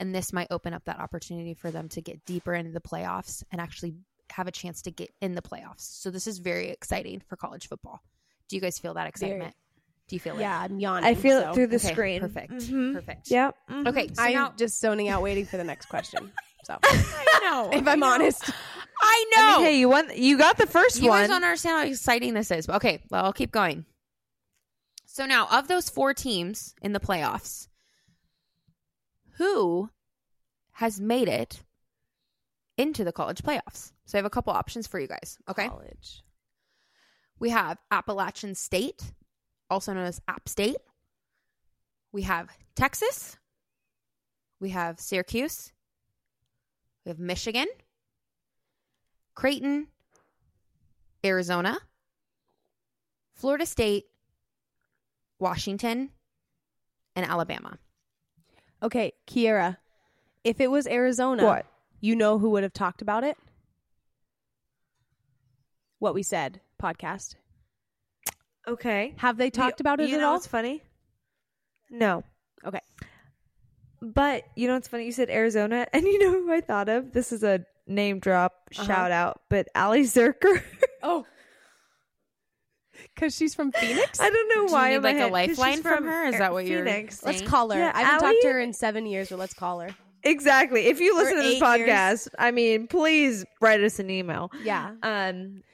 S4: and this might open up that opportunity for them to get deeper into the playoffs and actually
S3: have a chance to get in the playoffs. So this is very exciting for college football. Do you guys feel that
S1: Very.
S3: excitement? Do you feel
S1: Yeah,
S3: it?
S1: I'm yawning.
S2: I feel
S1: so-
S2: it through the
S3: Okay,
S2: screen.
S3: Perfect.
S2: Mhm.
S3: Perfect.
S2: Yep. Mhm.
S3: Okay. So
S1: I'm
S3: now,
S1: just zoning out, waiting for the next question. So,
S3: I know.
S1: if I'm honest,
S3: I know.
S2: I mean, hey, you won. You got the first
S3: you
S2: one.
S3: guys don't understand how exciting this is. But okay, well, I'll keep going. So now, of those four teams in the playoffs, who has made it into the college playoffs? So I have a couple options for you guys. Okay.
S1: college.
S3: We have Appalachian State, also known as App State. We have Texas. We have Syracuse. We have Michigan, Creighton, Arizona, Florida State, Washington, and Alabama.
S1: Okay, Kiera, if it was Arizona,
S2: what?
S1: you know who would have talked about it? What we said podcast.
S2: Mm-hmm. Okay.
S1: Have they talked about it
S2: you
S1: at
S2: know
S1: all?
S2: What's funny? No.
S1: Okay.
S2: But you know what's funny? You said Arizona, and you know who I thought of? This is a name drop
S1: Uh-huh.
S2: shout out, but Ali Zerker.
S1: Oh, because she's from Phoenix.
S2: I don't know
S3: Do you
S2: why.
S3: need,
S2: in my
S3: like, a
S2: head, 'cause she's
S3: lifeline from her? Is
S2: Ar-
S3: that what you're
S2: Phoenix.
S3: saying?
S1: Let's call her.
S2: Yeah,
S1: I haven't talked to
S2: Allie-
S1: her in seven years, but let's call her.
S2: Exactly. If you listen to this
S1: eight years.
S2: podcast, I mean, please write us an email.
S1: Yeah.
S2: Um.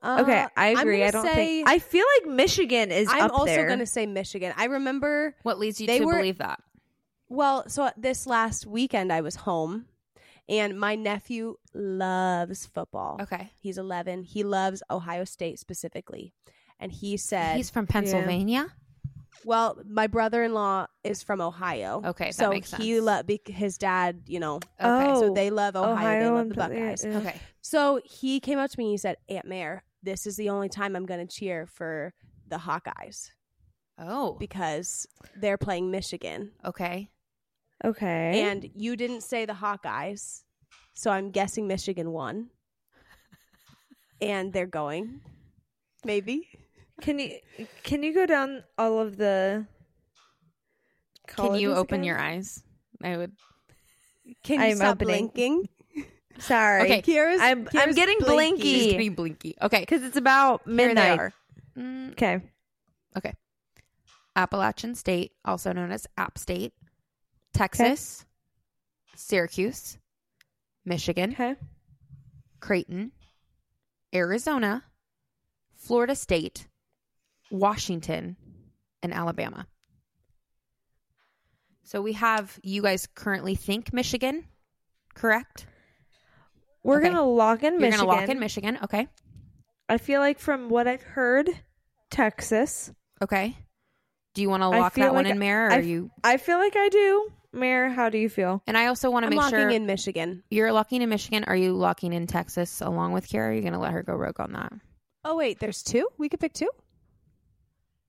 S1: Uh,
S2: Okay, I
S1: I'm
S2: agree.
S1: gonna
S2: I don't
S1: say-
S2: think I feel like Michigan is.
S1: I'm
S2: up
S1: also
S2: there.
S1: going to say Michigan. I remember
S3: What leads you
S1: They
S3: to
S1: were-
S3: believe that?
S1: Well, so this last weekend I was home and my nephew loves football.
S3: Okay.
S1: He's 11. He loves Ohio State specifically. And he said,
S3: He's from Pennsylvania.
S1: "Well, my brother-in-law is from Ohio."
S3: Okay, that
S1: So
S3: makes
S1: he
S3: sense.
S1: lo- bec- his dad, you know,
S3: Okay.
S2: Oh,
S1: so they love Ohio, they love
S2: and
S1: the
S2: Penn- yeah,
S1: Buckeyes.
S2: yeah.
S3: okay.
S1: So he came up to me and he said, "Aunt Mayor, this is the only time I'm going to cheer for the Hawkeyes
S3: Oh.
S1: because they're playing Michigan."
S3: Okay.
S2: Oh, Okay.
S1: And you didn't say the Hawkeyes, so I'm guessing Michigan won. and they're going, maybe.
S2: Can you can you go down all of the?
S3: Can you
S2: colleges
S3: open
S2: again?
S3: your eyes? I would.
S1: Can you
S2: I'm
S1: stop
S2: opening.
S1: blinking?
S2: Sorry,
S3: Okay.
S1: Kira's,
S2: I'm I'm
S1: Kira's
S2: getting
S3: She's
S2: blinky
S3: pretty blinky. Okay.
S2: because it's about
S3: Here they
S2: midnight.
S3: are. Mm,
S2: Okay,
S3: Appalachian State, also known as App State, Texas, Syracuse, Michigan,
S2: okay,
S3: Creighton, Arizona, Florida State, Washington, and Alabama. So we have you guys currently think Michigan, correct?
S2: we're
S3: Okay.
S2: gonna lock in
S3: You're
S2: Michigan.
S3: gonna lock in Michigan. Okay.
S2: I feel like from what I've heard, Texas.
S3: Okay. Do you want to
S2: I
S3: lock
S2: feel
S3: that one
S2: like
S3: in, Mare? Or
S2: I-
S3: are you?
S2: I feel like I do. Mayor, how do you feel?
S3: And I also want to
S1: I'm
S3: make
S1: locking
S3: sure
S1: in Michigan.
S3: You're locking in Michigan. Are you locking in Texas along with Kara? Are you going to let her go rogue on that?
S1: Oh wait, there's two. We could pick two.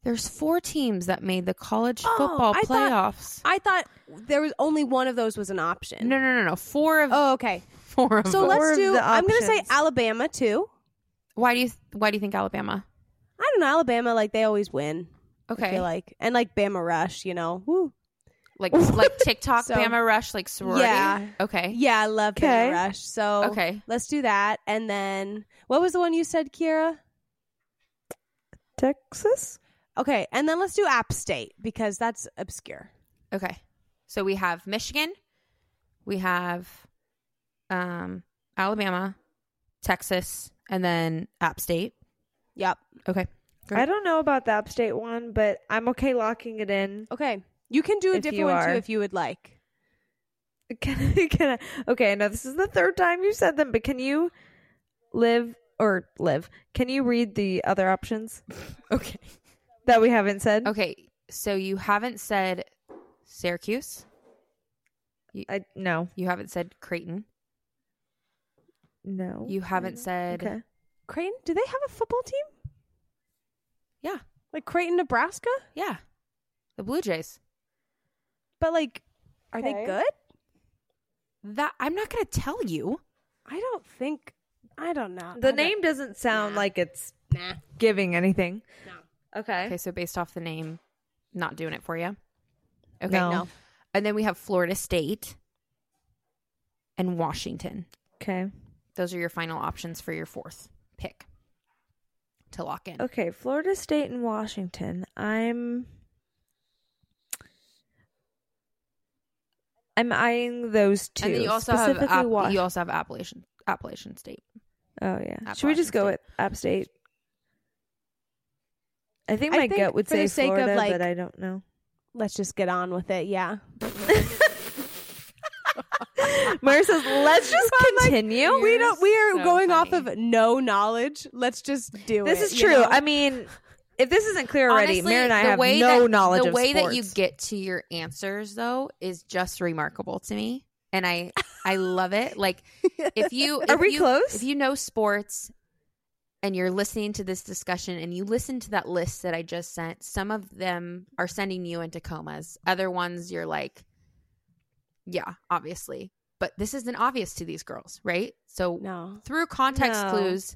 S3: There's four teams that made the college
S1: Oh,
S3: football
S1: I thought-
S3: playoffs.
S1: I thought there was only one of those was an option.
S3: no, no, no, no. Four of
S1: Oh, okay.
S3: four of
S1: So
S3: them.
S2: Four of
S1: let's do.
S2: the
S1: I'm going to say
S2: options.
S1: Alabama too.
S3: Why do you Why do you think Alabama?
S1: I don't know Alabama. Like they always win. I
S3: Okay,
S1: feel
S3: like
S1: like and like Bama Rush. You know. Woo.
S3: like, TikTok,
S1: So-
S3: Bama Rush, like sorority.
S1: Yeah.
S3: Okay.
S1: Yeah, I love
S2: Okay.
S1: Bama Rush. So
S3: Okay.
S1: Let's do that. And then what was the one you said, Kira?
S2: Texas?
S1: Okay. And then let's do App State because that's obscure.
S3: Okay. So we have Michigan, we have um, Alabama, Texas, and then App State.
S1: Yep.
S3: Okay. Great.
S2: I don't know about the upstate one, but I'm okay locking it in.
S1: Okay. You can do a
S2: If
S1: different
S2: you
S1: one
S2: are.
S1: too if you would like.
S2: Can I, can I, okay, I know this is the third time you said them, but can you live or live? Can you read the other options
S3: Okay.
S2: that we haven't said?
S3: Okay, so you haven't said Syracuse.
S2: I no.
S3: You haven't said Creighton.
S2: No.
S3: You haven't said.
S2: Okay.
S1: Creighton, do they have a football team?
S3: Yeah,
S1: Like Creighton, Nebraska?
S3: yeah. The Blue Jays.
S1: But like, are they
S2: Okay.
S1: good?
S3: That I'm not going to tell you.
S1: I don't think. I don't know.
S2: The
S1: I don't-
S2: name doesn't sound
S1: Nah.
S2: like it's
S1: Nah.
S2: giving anything. No. Okay.
S3: Okay, so based off the name, not doing it for you. Okay,
S2: No.
S1: No.
S3: And then we have Florida State and Washington.
S2: Okay.
S3: Those are your final options for your fourth pick to lock in.
S2: Okay, Florida State and Washington. I'm I'm eyeing those two.
S3: And then you also have
S2: specifically
S3: App-
S2: Wash-
S3: you also have Appalachian Appalachian State.
S2: Oh yeah.
S3: App
S2: Should we just
S3: Washington
S2: go with App State? I think
S1: I
S2: my
S1: think
S2: gut would
S1: for the
S2: say
S1: sake of,
S2: Florida,
S1: like-
S2: but I don't know.
S1: Let's just get on with it. Yeah.
S2: Mara says, "Let's just continue."
S1: We don't we are
S3: so
S1: going off
S3: funny.
S1: of no knowledge. Let's just do
S2: this
S1: it.
S2: is
S1: you
S2: true.
S1: know?
S2: I mean, if this isn't clear already,
S3: Honestly,
S2: Mara and I
S3: the
S2: have
S3: way
S2: no
S3: that,
S2: knowledge
S3: The
S2: of
S3: way that you
S2: sports.
S3: get to your answers though is just remarkable to me, and I I love it. Like if you
S2: Are
S3: if
S2: we
S3: you-
S2: close?
S3: If you know sports and you're listening to this discussion and you listen to that list that I just sent, some of them are sending you into comas. Other ones you're like, yeah, obviously. But this isn't obvious to these girls, right? So
S1: No.
S3: through context
S2: No.
S3: clues,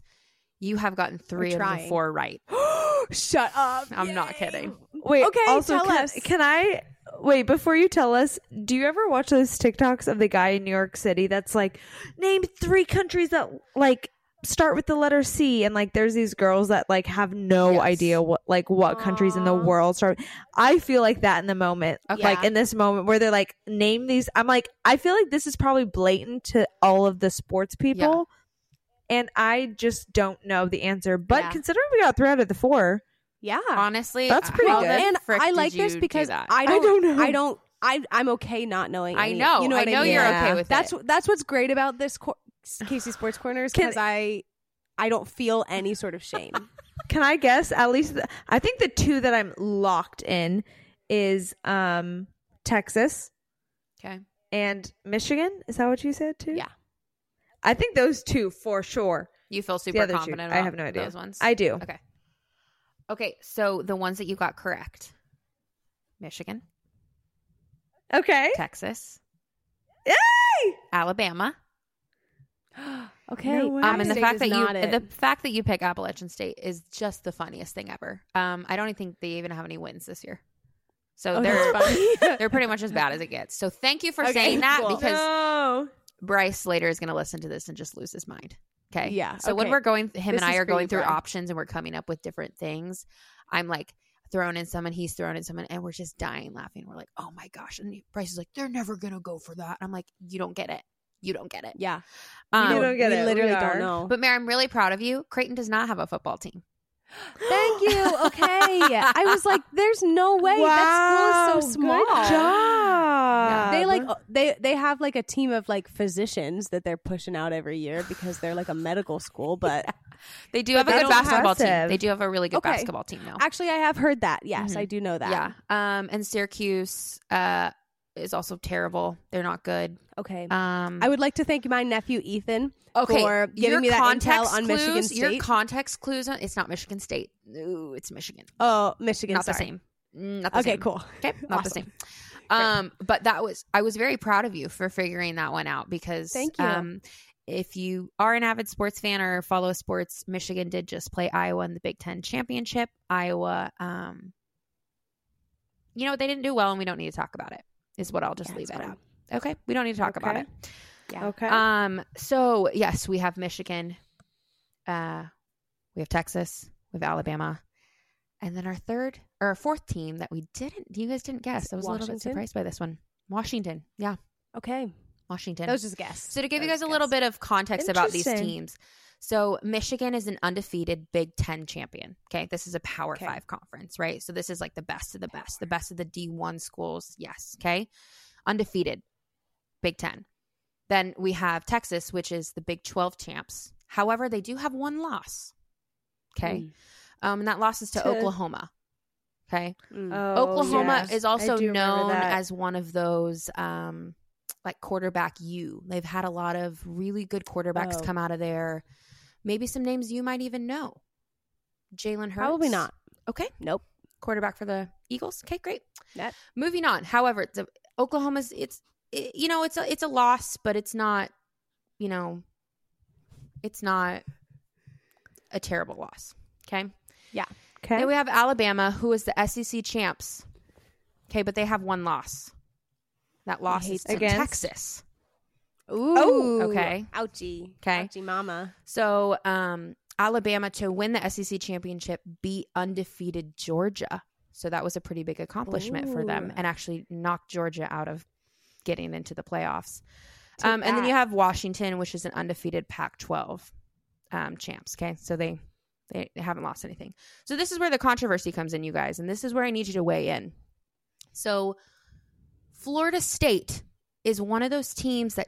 S3: you have gotten three of the
S1: trying.
S3: four right.
S1: Shut up.
S3: I'm not
S1: Yay.
S3: kidding.
S2: Wait,
S1: Okay,
S2: also,
S1: tell
S2: can,
S1: us.
S2: can I wait before you tell us? Do you ever watch those TikToks of the guy in New York City that's like, name three countries that like start with the letter C, and like there's these girls that like have no
S3: Yes.
S2: idea what like what countries in the
S1: Aw.
S2: world start. I feel like that in the moment,
S3: Okay.
S2: like in this moment where they're like, name these. I'm like, I feel like this is probably blatant to all of the sports people. And I just don't know the answer. But
S3: Yeah.
S2: considering we got three out of the four,
S1: Yeah.
S3: Honestly,
S2: That's
S3: uh,
S2: pretty
S3: how
S2: good.
S3: the
S1: and
S3: frick
S1: I
S3: did
S1: like this
S3: you do
S1: because
S3: that?
S1: I
S2: I
S1: don't,
S2: don't know.
S1: I don't I I'm okay not knowing.
S3: I
S1: any-
S3: know.
S1: You know
S3: I
S1: what I,
S3: know
S1: mean?
S3: you're
S2: Yeah.
S3: okay with
S1: That's
S3: it.
S1: that's what's great about this cor- Casey Sports Corner is
S2: Can-
S1: because I I don't feel any sort of shame.
S2: Can I guess? At least the, I think the two that I'm locked in is um Texas
S3: okay.
S2: and Michigan. Is that what you said too?
S1: Yeah.
S2: I think those two for sure.
S3: You feel super
S2: The other two,
S3: confident.
S2: I
S3: about
S2: have no idea.
S3: Those ones.
S2: I do.
S3: Okay. Okay, so the ones that you got correct. Michigan,
S2: Okay.
S3: Texas,
S2: Yay!
S3: Alabama.
S1: okay.
S2: No way.
S3: Um, and the
S1: State
S3: fact
S1: is
S3: that you
S1: not it.
S3: the fact that you pick Appalachian State is just the funniest thing ever. Um, I don't even think they even have any wins this year, so
S1: Oh,
S3: they're
S1: that's funny.
S3: they're pretty much as bad as it gets. So thank you for
S1: Okay,
S3: saying that
S1: cool.
S3: because
S2: No.
S3: Bryce later is going to listen to this and just lose his mind. Okay.
S1: Yeah,
S3: So when
S1: okay.
S3: we're going, him
S1: This
S3: and I
S1: is
S3: are
S1: for you,
S3: going through
S1: Bry.
S3: options and we're coming up with different things. I'm like thrown in someone, he's thrown in someone, and we're just dying laughing. We're like, oh my gosh. And Bryce is like, they're never going to go for that. And I'm like, you don't get it. You don't get it.
S1: yeah.
S3: Um,
S2: You don't get
S1: we
S2: it. We
S1: literally don't
S2: are.
S1: know.
S3: but Mary, I'm really proud of you. Creighton does not have a football team.
S1: Thank you. Okay. I was like, there's no way. that
S2: wow,
S1: school is so small.
S2: Good job.
S1: They like they they have like a team of like physicians that they're pushing out every year because they're like a medical school. But
S3: They do have a
S2: they
S3: good
S2: don't have
S3: basketball team.
S2: Sev.
S3: They do have a really good
S1: Okay.
S3: basketball team, though.
S1: actually, I have heard that. Yes,
S3: Mhm.
S1: I do know that.
S3: Yeah. Um, and Syracuse uh, is also terrible. They're not good.
S1: Okay.
S3: Um,
S1: I would like to thank my nephew Ethan for giving
S3: your
S1: me that
S3: context
S1: intel on
S3: clues,
S1: Michigan State.
S3: Your context clues on it's not Michigan State. No, it's Michigan.
S1: oh, Michigan.
S3: not
S1: sorry.
S3: the same. Mm, Not the
S1: okay,
S3: same.
S1: cool.
S3: Okay, not the
S1: Awesome.
S3: same. Um, but that was I was very proud of you for figuring that one out because
S1: Thank you.
S3: Um, if you are an avid sports fan or follow sports, Michigan did just play Iowa in the Big Ten championship. Iowa, um, you know what they didn't do well, and we don't need to talk about it. Is what I'll just
S1: Yeah,
S3: leave
S1: it's
S3: it
S1: fine.
S3: out. Okay, we don't need to talk about
S2: Okay.
S3: it.
S1: Yeah.
S2: okay.
S3: Um. So yes, we have Michigan. Uh, we have Texas. We have Alabama, and then our third or our fourth team that we didn't. You guys didn't guess. I was a little bit
S1: Washington?
S3: surprised by this one. Washington. Yeah,
S1: Okay.
S3: Washington.
S1: That was just a guess.
S3: so to give you
S1: That was
S3: guys a
S1: just
S3: little
S1: guess.
S3: bit of context about these
S2: Interesting.
S3: teams. So Michigan is an undefeated Big Ten champion. Okay, this is a Power
S1: Okay.
S3: Five conference, right? So this is like the best of the best, the best of the D one schools. Yes. Okay, undefeated Big Ten. Then we have Texas, which is the Big 12 champs. However, they do have one loss. Okay. Um, and that loss is to,
S2: To-
S3: Oklahoma. Okay.
S1: Mm.
S2: Oh,
S3: Oklahoma
S2: yes.
S3: is
S2: I
S3: also
S2: do remember
S3: known
S2: that.
S3: as one of those um, like quarterback U. They've had a lot of really good quarterbacks
S1: Oh.
S3: come out of there. Maybe some names you might even know. Jalen Hurts.
S1: Probably not.
S3: Okay
S1: Nope.
S3: quarterback for the Eagles. Okay, great.
S1: Yep.
S3: Moving on. However, the Oklahoma's it's it, you know it's a it's a loss, but it's not you know it's not a terrible loss. Okay.
S2: okay.
S3: Then we have Alabama, who is the SEC champs. Okay, but they have one loss. That loss
S1: hate
S3: is to
S2: them. Against?
S3: Texas.
S1: Ooh.
S3: okay.
S1: Oh. Ouchie.
S3: 'Kay.
S1: Ouchie mama.
S3: So, um, Alabama to win the SEC championship beat undefeated Georgia. So that was a pretty big accomplishment for them
S1: Ooh.
S3: and actually knocked Georgia out of getting into the playoffs.
S1: Take
S3: Um, and then you
S1: that.
S3: have Washington, which is an undefeated Pac 12 um, champs. Okay. So they, they haven't lost anything. So this is where the controversy comes in, you guys. And this is where I need you to weigh in. So Florida State is one of those teams that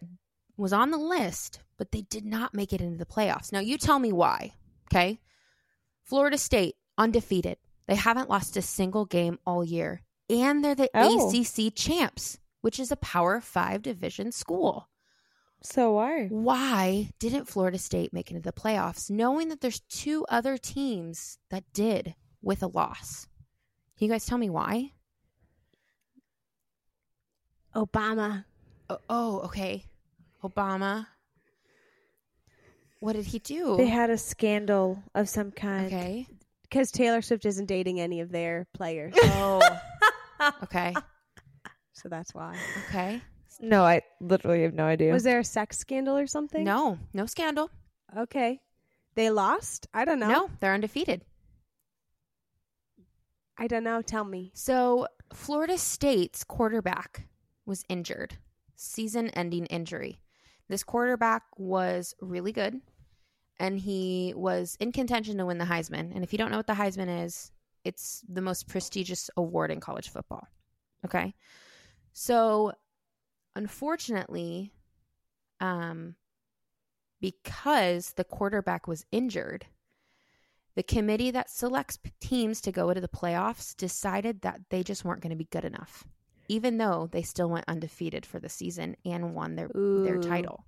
S3: was on the list, but they did not make it into the playoffs. Now, you tell me why, okay? Florida State, undefeated. They haven't lost a single game all year. And they're the
S2: Oh.
S3: ACC champs, which is a Power Five division school.
S2: So why?
S3: Why didn't Florida State make it into the playoffs, knowing that there's two other teams that did with a loss? Can you guys tell me why?
S1: Obama.
S3: Oh, oh okay. Obama. What did he do?
S2: They had a scandal of some kind.
S3: okay.
S1: Because Taylor Swift isn't dating any of their players.
S3: Oh. okay.
S1: so that's why.
S3: Okay.
S2: No, I literally have no idea.
S1: Was there a sex scandal or something?
S3: No, no scandal.
S1: Okay. They lost? I don't know.
S3: No. they're undefeated.
S1: I don't know. Tell me.
S3: So, Florida State's quarterback was injured, season ending injury. This quarterback was really good and he was in contention to win the Heisman. And if you don't know what the Heisman is, it's the most prestigious award in college football. Okay. So, unfortunately, um, because the quarterback was injured, the committee that selects p- teams to go into the playoffs decided that they just weren't going to be good enough, even though they still went undefeated for the season and won their, their
S1: Ooh.
S3: title.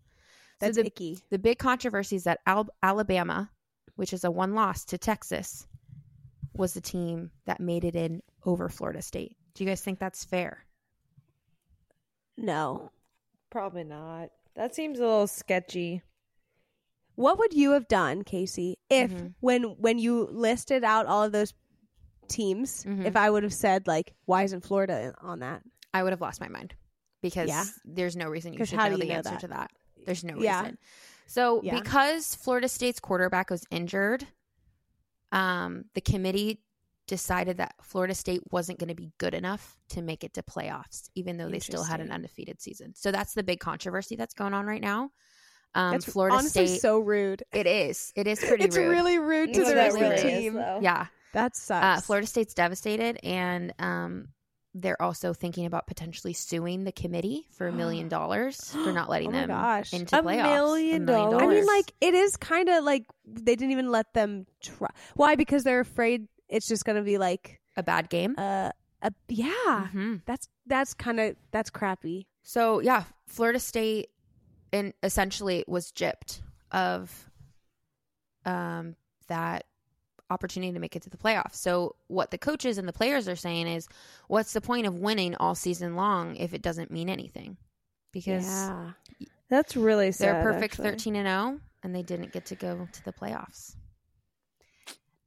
S3: So
S1: That's
S3: the-
S1: icky.
S3: the big controversy is that Al- Alabama, which is a one loss to Texas, was the team that made it in over Florida State. Do you guys think that's fair?
S1: No.
S2: Probably not. That seems a little sketchy.
S1: What would you have done, Casey, if
S3: Mhm.
S1: when when you listed out all of those teams,
S3: Mhm.
S1: if I would have said like, why isn't Florida on that?
S3: I would have lost my mind because
S1: Yeah.
S3: there's no reason you
S1: 'Cause
S3: should
S1: how
S3: know
S1: do
S3: the
S1: you know
S3: answer
S1: that?
S3: to that. There's no
S1: Yeah.
S3: reason. So
S1: Yeah.
S3: because Florida State's quarterback was injured, um, the committee decided that Florida State wasn't going to be good enough to make it to playoffs, even though they still had an
S1: Interesting.
S3: undefeated season. So that's the big controversy that's going on right now. Um,
S1: That's
S3: Florida
S1: honestly
S3: State.
S1: so rude.
S3: It is. It is pretty
S1: it's
S3: rude.
S1: really rude to
S3: It's
S1: the rest
S3: really
S1: of the
S3: rude.
S1: team.
S3: yeah.
S1: That
S3: Uh,
S1: sucks.
S3: Florida State's devastated, and um, they're also thinking about potentially suing the committee for a million dollars for not letting
S1: Oh my
S3: them
S1: gosh.
S3: into
S2: A
S3: playoffs.
S2: million dollars.
S1: I mean,
S2: dollars.
S1: like it is kind of like they didn't even let them try. Why? Because they're afraid it's just going to be like,
S3: a bad game.
S1: uh, a, yeah.
S3: Mhm.
S1: That's that's kind of that's crappy.
S3: So yeah, Florida State, in essentially was gypped of um, that opportunity to make it to the playoffs. So what the coaches and the players are saying is, what's the point of winning all season long if it doesn't mean anything? Because
S1: Yeah.
S2: That's really sad.
S3: They're perfect
S2: actually.
S3: 13 and 0 and they didn't get to go to the playoffs.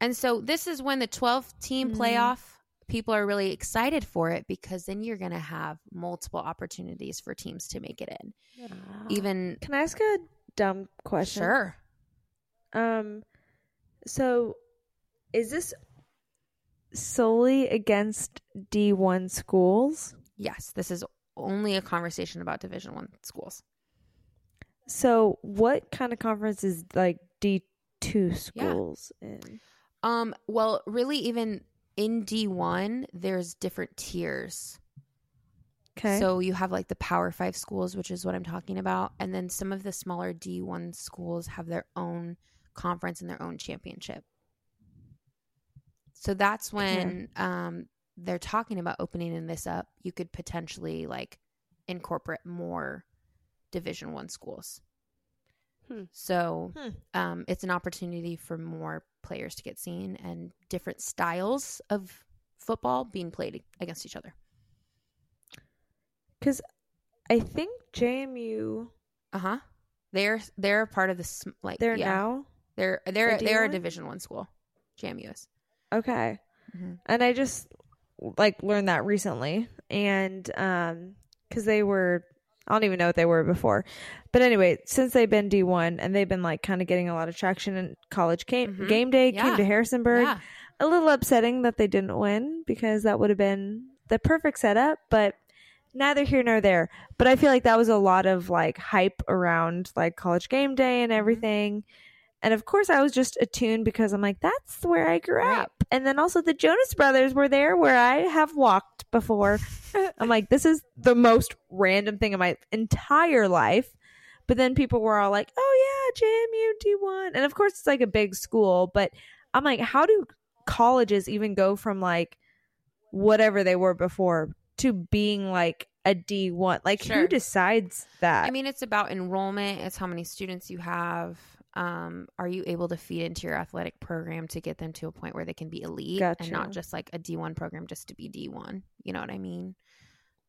S3: And so this is when the 12 team
S2: Mm.
S3: playoff people are really excited for it because then you're going to have multiple opportunities for teams to make it in. Even
S2: Can I ask a dumb question?
S3: sure.
S2: Um, so is this solely against D one schools?
S3: Yes, this is only a conversation about division 1 schools.
S2: So what kind of conference is like D two schools in?
S3: Um well, really even in D1 there's different tiers.
S2: Okay.
S3: So you have like the Power Five schools, which is what I'm talking about, and then some of the smaller D1 schools have their own conference and their own championship. So that's when um, they're talking about opening in this up. You could potentially like incorporate more Division One schools.
S1: Hmm.
S3: So
S2: Hmm.
S3: um, it's an opportunity for more players to get seen and different styles of football being played against each other.
S2: I think JMU
S3: Uh huh. They're they're a part of the sm- like
S2: there
S3: yeah.
S2: now.
S3: They're they're
S2: A
S3: they're a
S2: D1?
S3: Division One school. JMU is.
S2: Okay.
S3: Mhm.
S2: And I just like learned that recently and um cuz they were I don't even know what they were before. But anyway, since they've been D1 and they've been like kind of getting a lot of traction in college game,
S3: Mhm.
S2: game day,
S3: Yeah.
S2: came to Harrisonburg.
S3: Yeah.
S2: A little upsetting that they didn't win because that would have been the perfect setup, but neither here nor there. But I feel like that was a lot of like hype around like college game day
S3: Mm-hmm.
S2: and everything. And of course, I was just attuned because I'm like, that's where I grew
S3: Right.
S2: up. And then also the Jonas Brothers were there where I have walked before. I'm like, this is the most random thing in my entire life. But then people were all like, oh, yeah, JMU D1. And of course, it's like a big school. But I'm like, how do colleges even go from like whatever they were before to being like a D1? Like,
S3: Sure.
S2: who decides that?
S3: I mean, it's about enrollment. It's how many students you have. Um, are you able to feed into your athletic program to get them to a point where they can be elite and not
S2: Gotcha.
S3: just like a D1 program just to be D1? You know what I mean?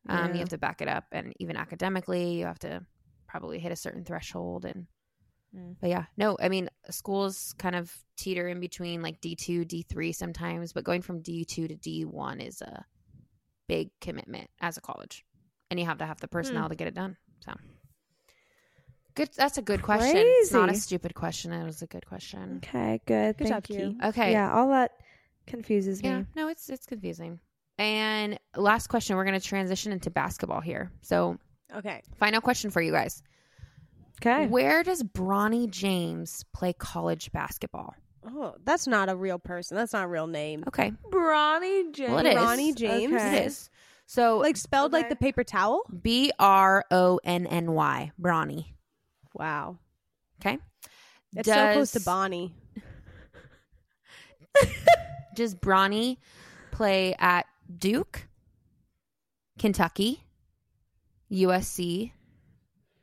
S3: Um, You
S2: Yeah.
S3: have to back it up. And even academically, you have to probably hit a certain threshold. And,
S2: Mm.
S3: but yeah, no, I mean, schools kind of teeter in between like D2, D3 sometimes, but going from D2 to D1 is a big commitment as a college. And you have to have
S2: Hmm.
S3: the personnel to get it done. So. Good. That's a good question. It's not a
S2: Crazy.
S3: stupid question. It was a good question.
S2: okay, good.
S1: Good
S2: Thank
S1: job,
S2: you.
S1: Key.
S3: Okay.
S2: Yeah, all that confuses
S3: Yeah.
S2: me.
S3: No, it's it's confusing. And last question. We're going to transition into basketball here. So,
S1: Okay.
S3: final question for you guys:
S2: Okay.
S3: Where does Bronny James play college basketball?
S1: Oh, that's not a real person. That's not a real name.
S3: Okay,
S2: Bronny James.
S3: Well, it is.
S1: Bronny James?
S2: Okay.
S3: it is. So like
S1: Like spelled like
S2: Okay.
S1: the paper towel.
S3: B R O N N Y Bronny.
S1: Wow.
S3: Okay.
S1: It's so close to
S3: Does-
S1: Bonnie.
S3: Does Bronny play at Duke, Kentucky, USC,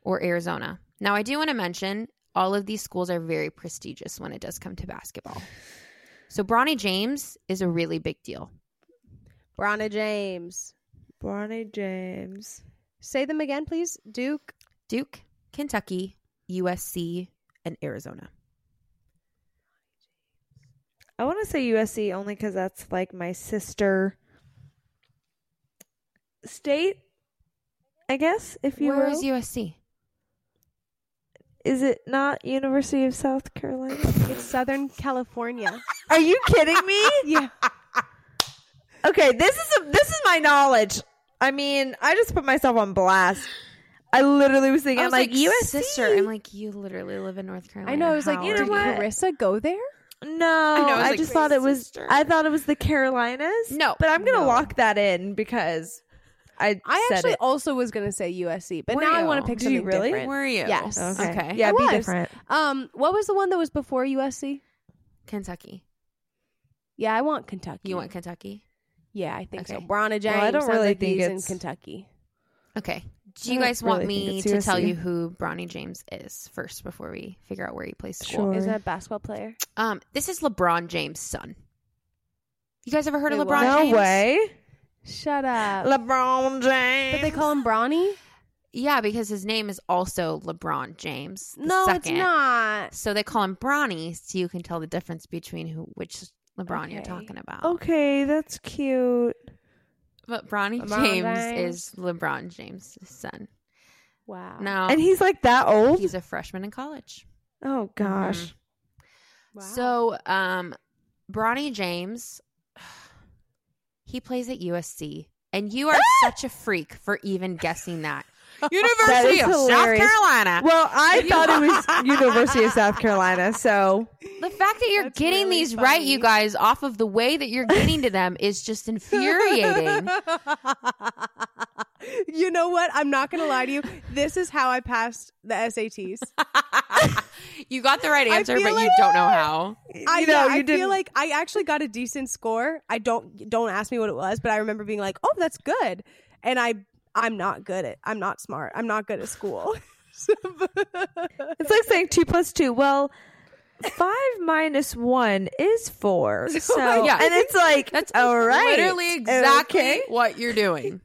S3: or Arizona? Now, I do want to mention all of these schools are very prestigious when it does come to basketball. So, Bronny James is a really big deal.
S1: Bronna James.
S2: Bronny James.
S1: Say them again, please. Duke.
S3: Duke, Kentucky, USC, and Arizona.
S2: I want to say USC only because that's like my sister state, I guess. If you
S3: Where
S2: will.
S3: is USC?
S2: is it not University of South Carolina?
S1: It's Southern California.
S2: Are you kidding me?
S1: yeah.
S2: Okay, this is a, this is my knowledge. I mean, I just put myself on blast. I literally was thinking,
S3: I
S2: I'm
S3: was
S2: like, USC.
S3: sister. I'm like, you literally live in North Carolina.
S1: I know. I was like,
S3: How
S1: you know
S3: are
S1: did
S2: did what?
S1: Carissa go there?
S2: no,
S3: I
S2: I,
S3: know, I was like,
S2: just thought it was.
S3: sister.
S2: I thought it was the Carolinas.
S3: No,
S2: but I'm gonna
S3: no.
S2: lock that in because I
S1: I
S2: said
S1: actually
S2: it.
S1: also was gonna say USC, but
S3: Were
S1: now I
S3: you?
S1: want to pick
S2: Did
S1: something
S2: you really?
S1: different.
S3: Were you?
S1: Yes.
S3: Okay.
S2: Yeah,
S1: I
S2: be
S1: was.
S2: different.
S1: Um, what was the one that was before USC?
S3: Kentucky.
S1: Yeah, I want Kentucky.
S3: You want Kentucky?
S1: Yeah, I think so.
S3: Okay.
S1: Bronna James.
S2: Well, I don't
S1: sounds
S2: really
S1: like
S2: think
S1: he's in
S2: it's-
S1: Kentucky.
S3: Okay. Do
S2: I
S3: you
S2: don't
S3: guys want
S2: really think
S3: me
S2: it's
S3: to tell
S2: USC.
S3: you who Bronny James is first before we figure out where he plays school?
S2: Sure.
S1: Is that a basketball player?
S3: Um, this is LeBron James' son. You guys ever heard
S1: Wait,
S3: of
S1: what?
S3: LeBron
S2: no
S3: James?
S2: way,
S1: Shut up.
S2: LeBron James.
S1: but they call him Bronny.
S3: Yeah, because his name is also LeBron James. the
S1: No, it's
S3: second.
S1: not.
S3: So they call him Bronny, so you can tell the difference between who which LeBron you're
S1: Okay.
S3: talking about.
S2: Okay, that's cute.
S3: But Bronny
S1: LeBron
S3: James,
S1: James. Oh.
S3: is LeBron James' son.
S1: Wow.
S3: Now
S2: And he's like that old.
S3: he's a freshman in college.
S2: oh gosh.
S1: Wow.
S3: So, um, Bronny James, he plays at USC, and you are such a freak for even guessing that. University
S2: That
S3: of
S2: is
S3: South
S2: hilarious.
S3: Carolina.
S2: Well, I thought it was University of South Carolina, so
S3: The fact that you're
S1: That's
S3: getting
S1: really
S3: these right, you
S1: funny.
S3: guys, off of the way that you're getting to them is just infuriating.
S1: you know what? I'm not going to lie to you. This is how I passed the SATs.
S3: you got the right
S1: I
S3: answer,
S1: feel
S3: but you
S1: like-
S3: don't Mm-hmm. know how.
S1: I
S2: you know,
S1: yeah,
S2: you
S1: I
S2: didn't-
S1: feel like I actually got a decent score. I don't don't ask me what it was, but I remember being like, "Oh, that's good." And I I'm not good at I'm not smart. I'm not good at school. So-
S2: It's like saying two plus two. Well, five minus one is four. So
S3: Yeah.
S2: and it's like
S3: That's
S2: all right.
S3: literally exactly
S2: Okay.
S3: what you're doing.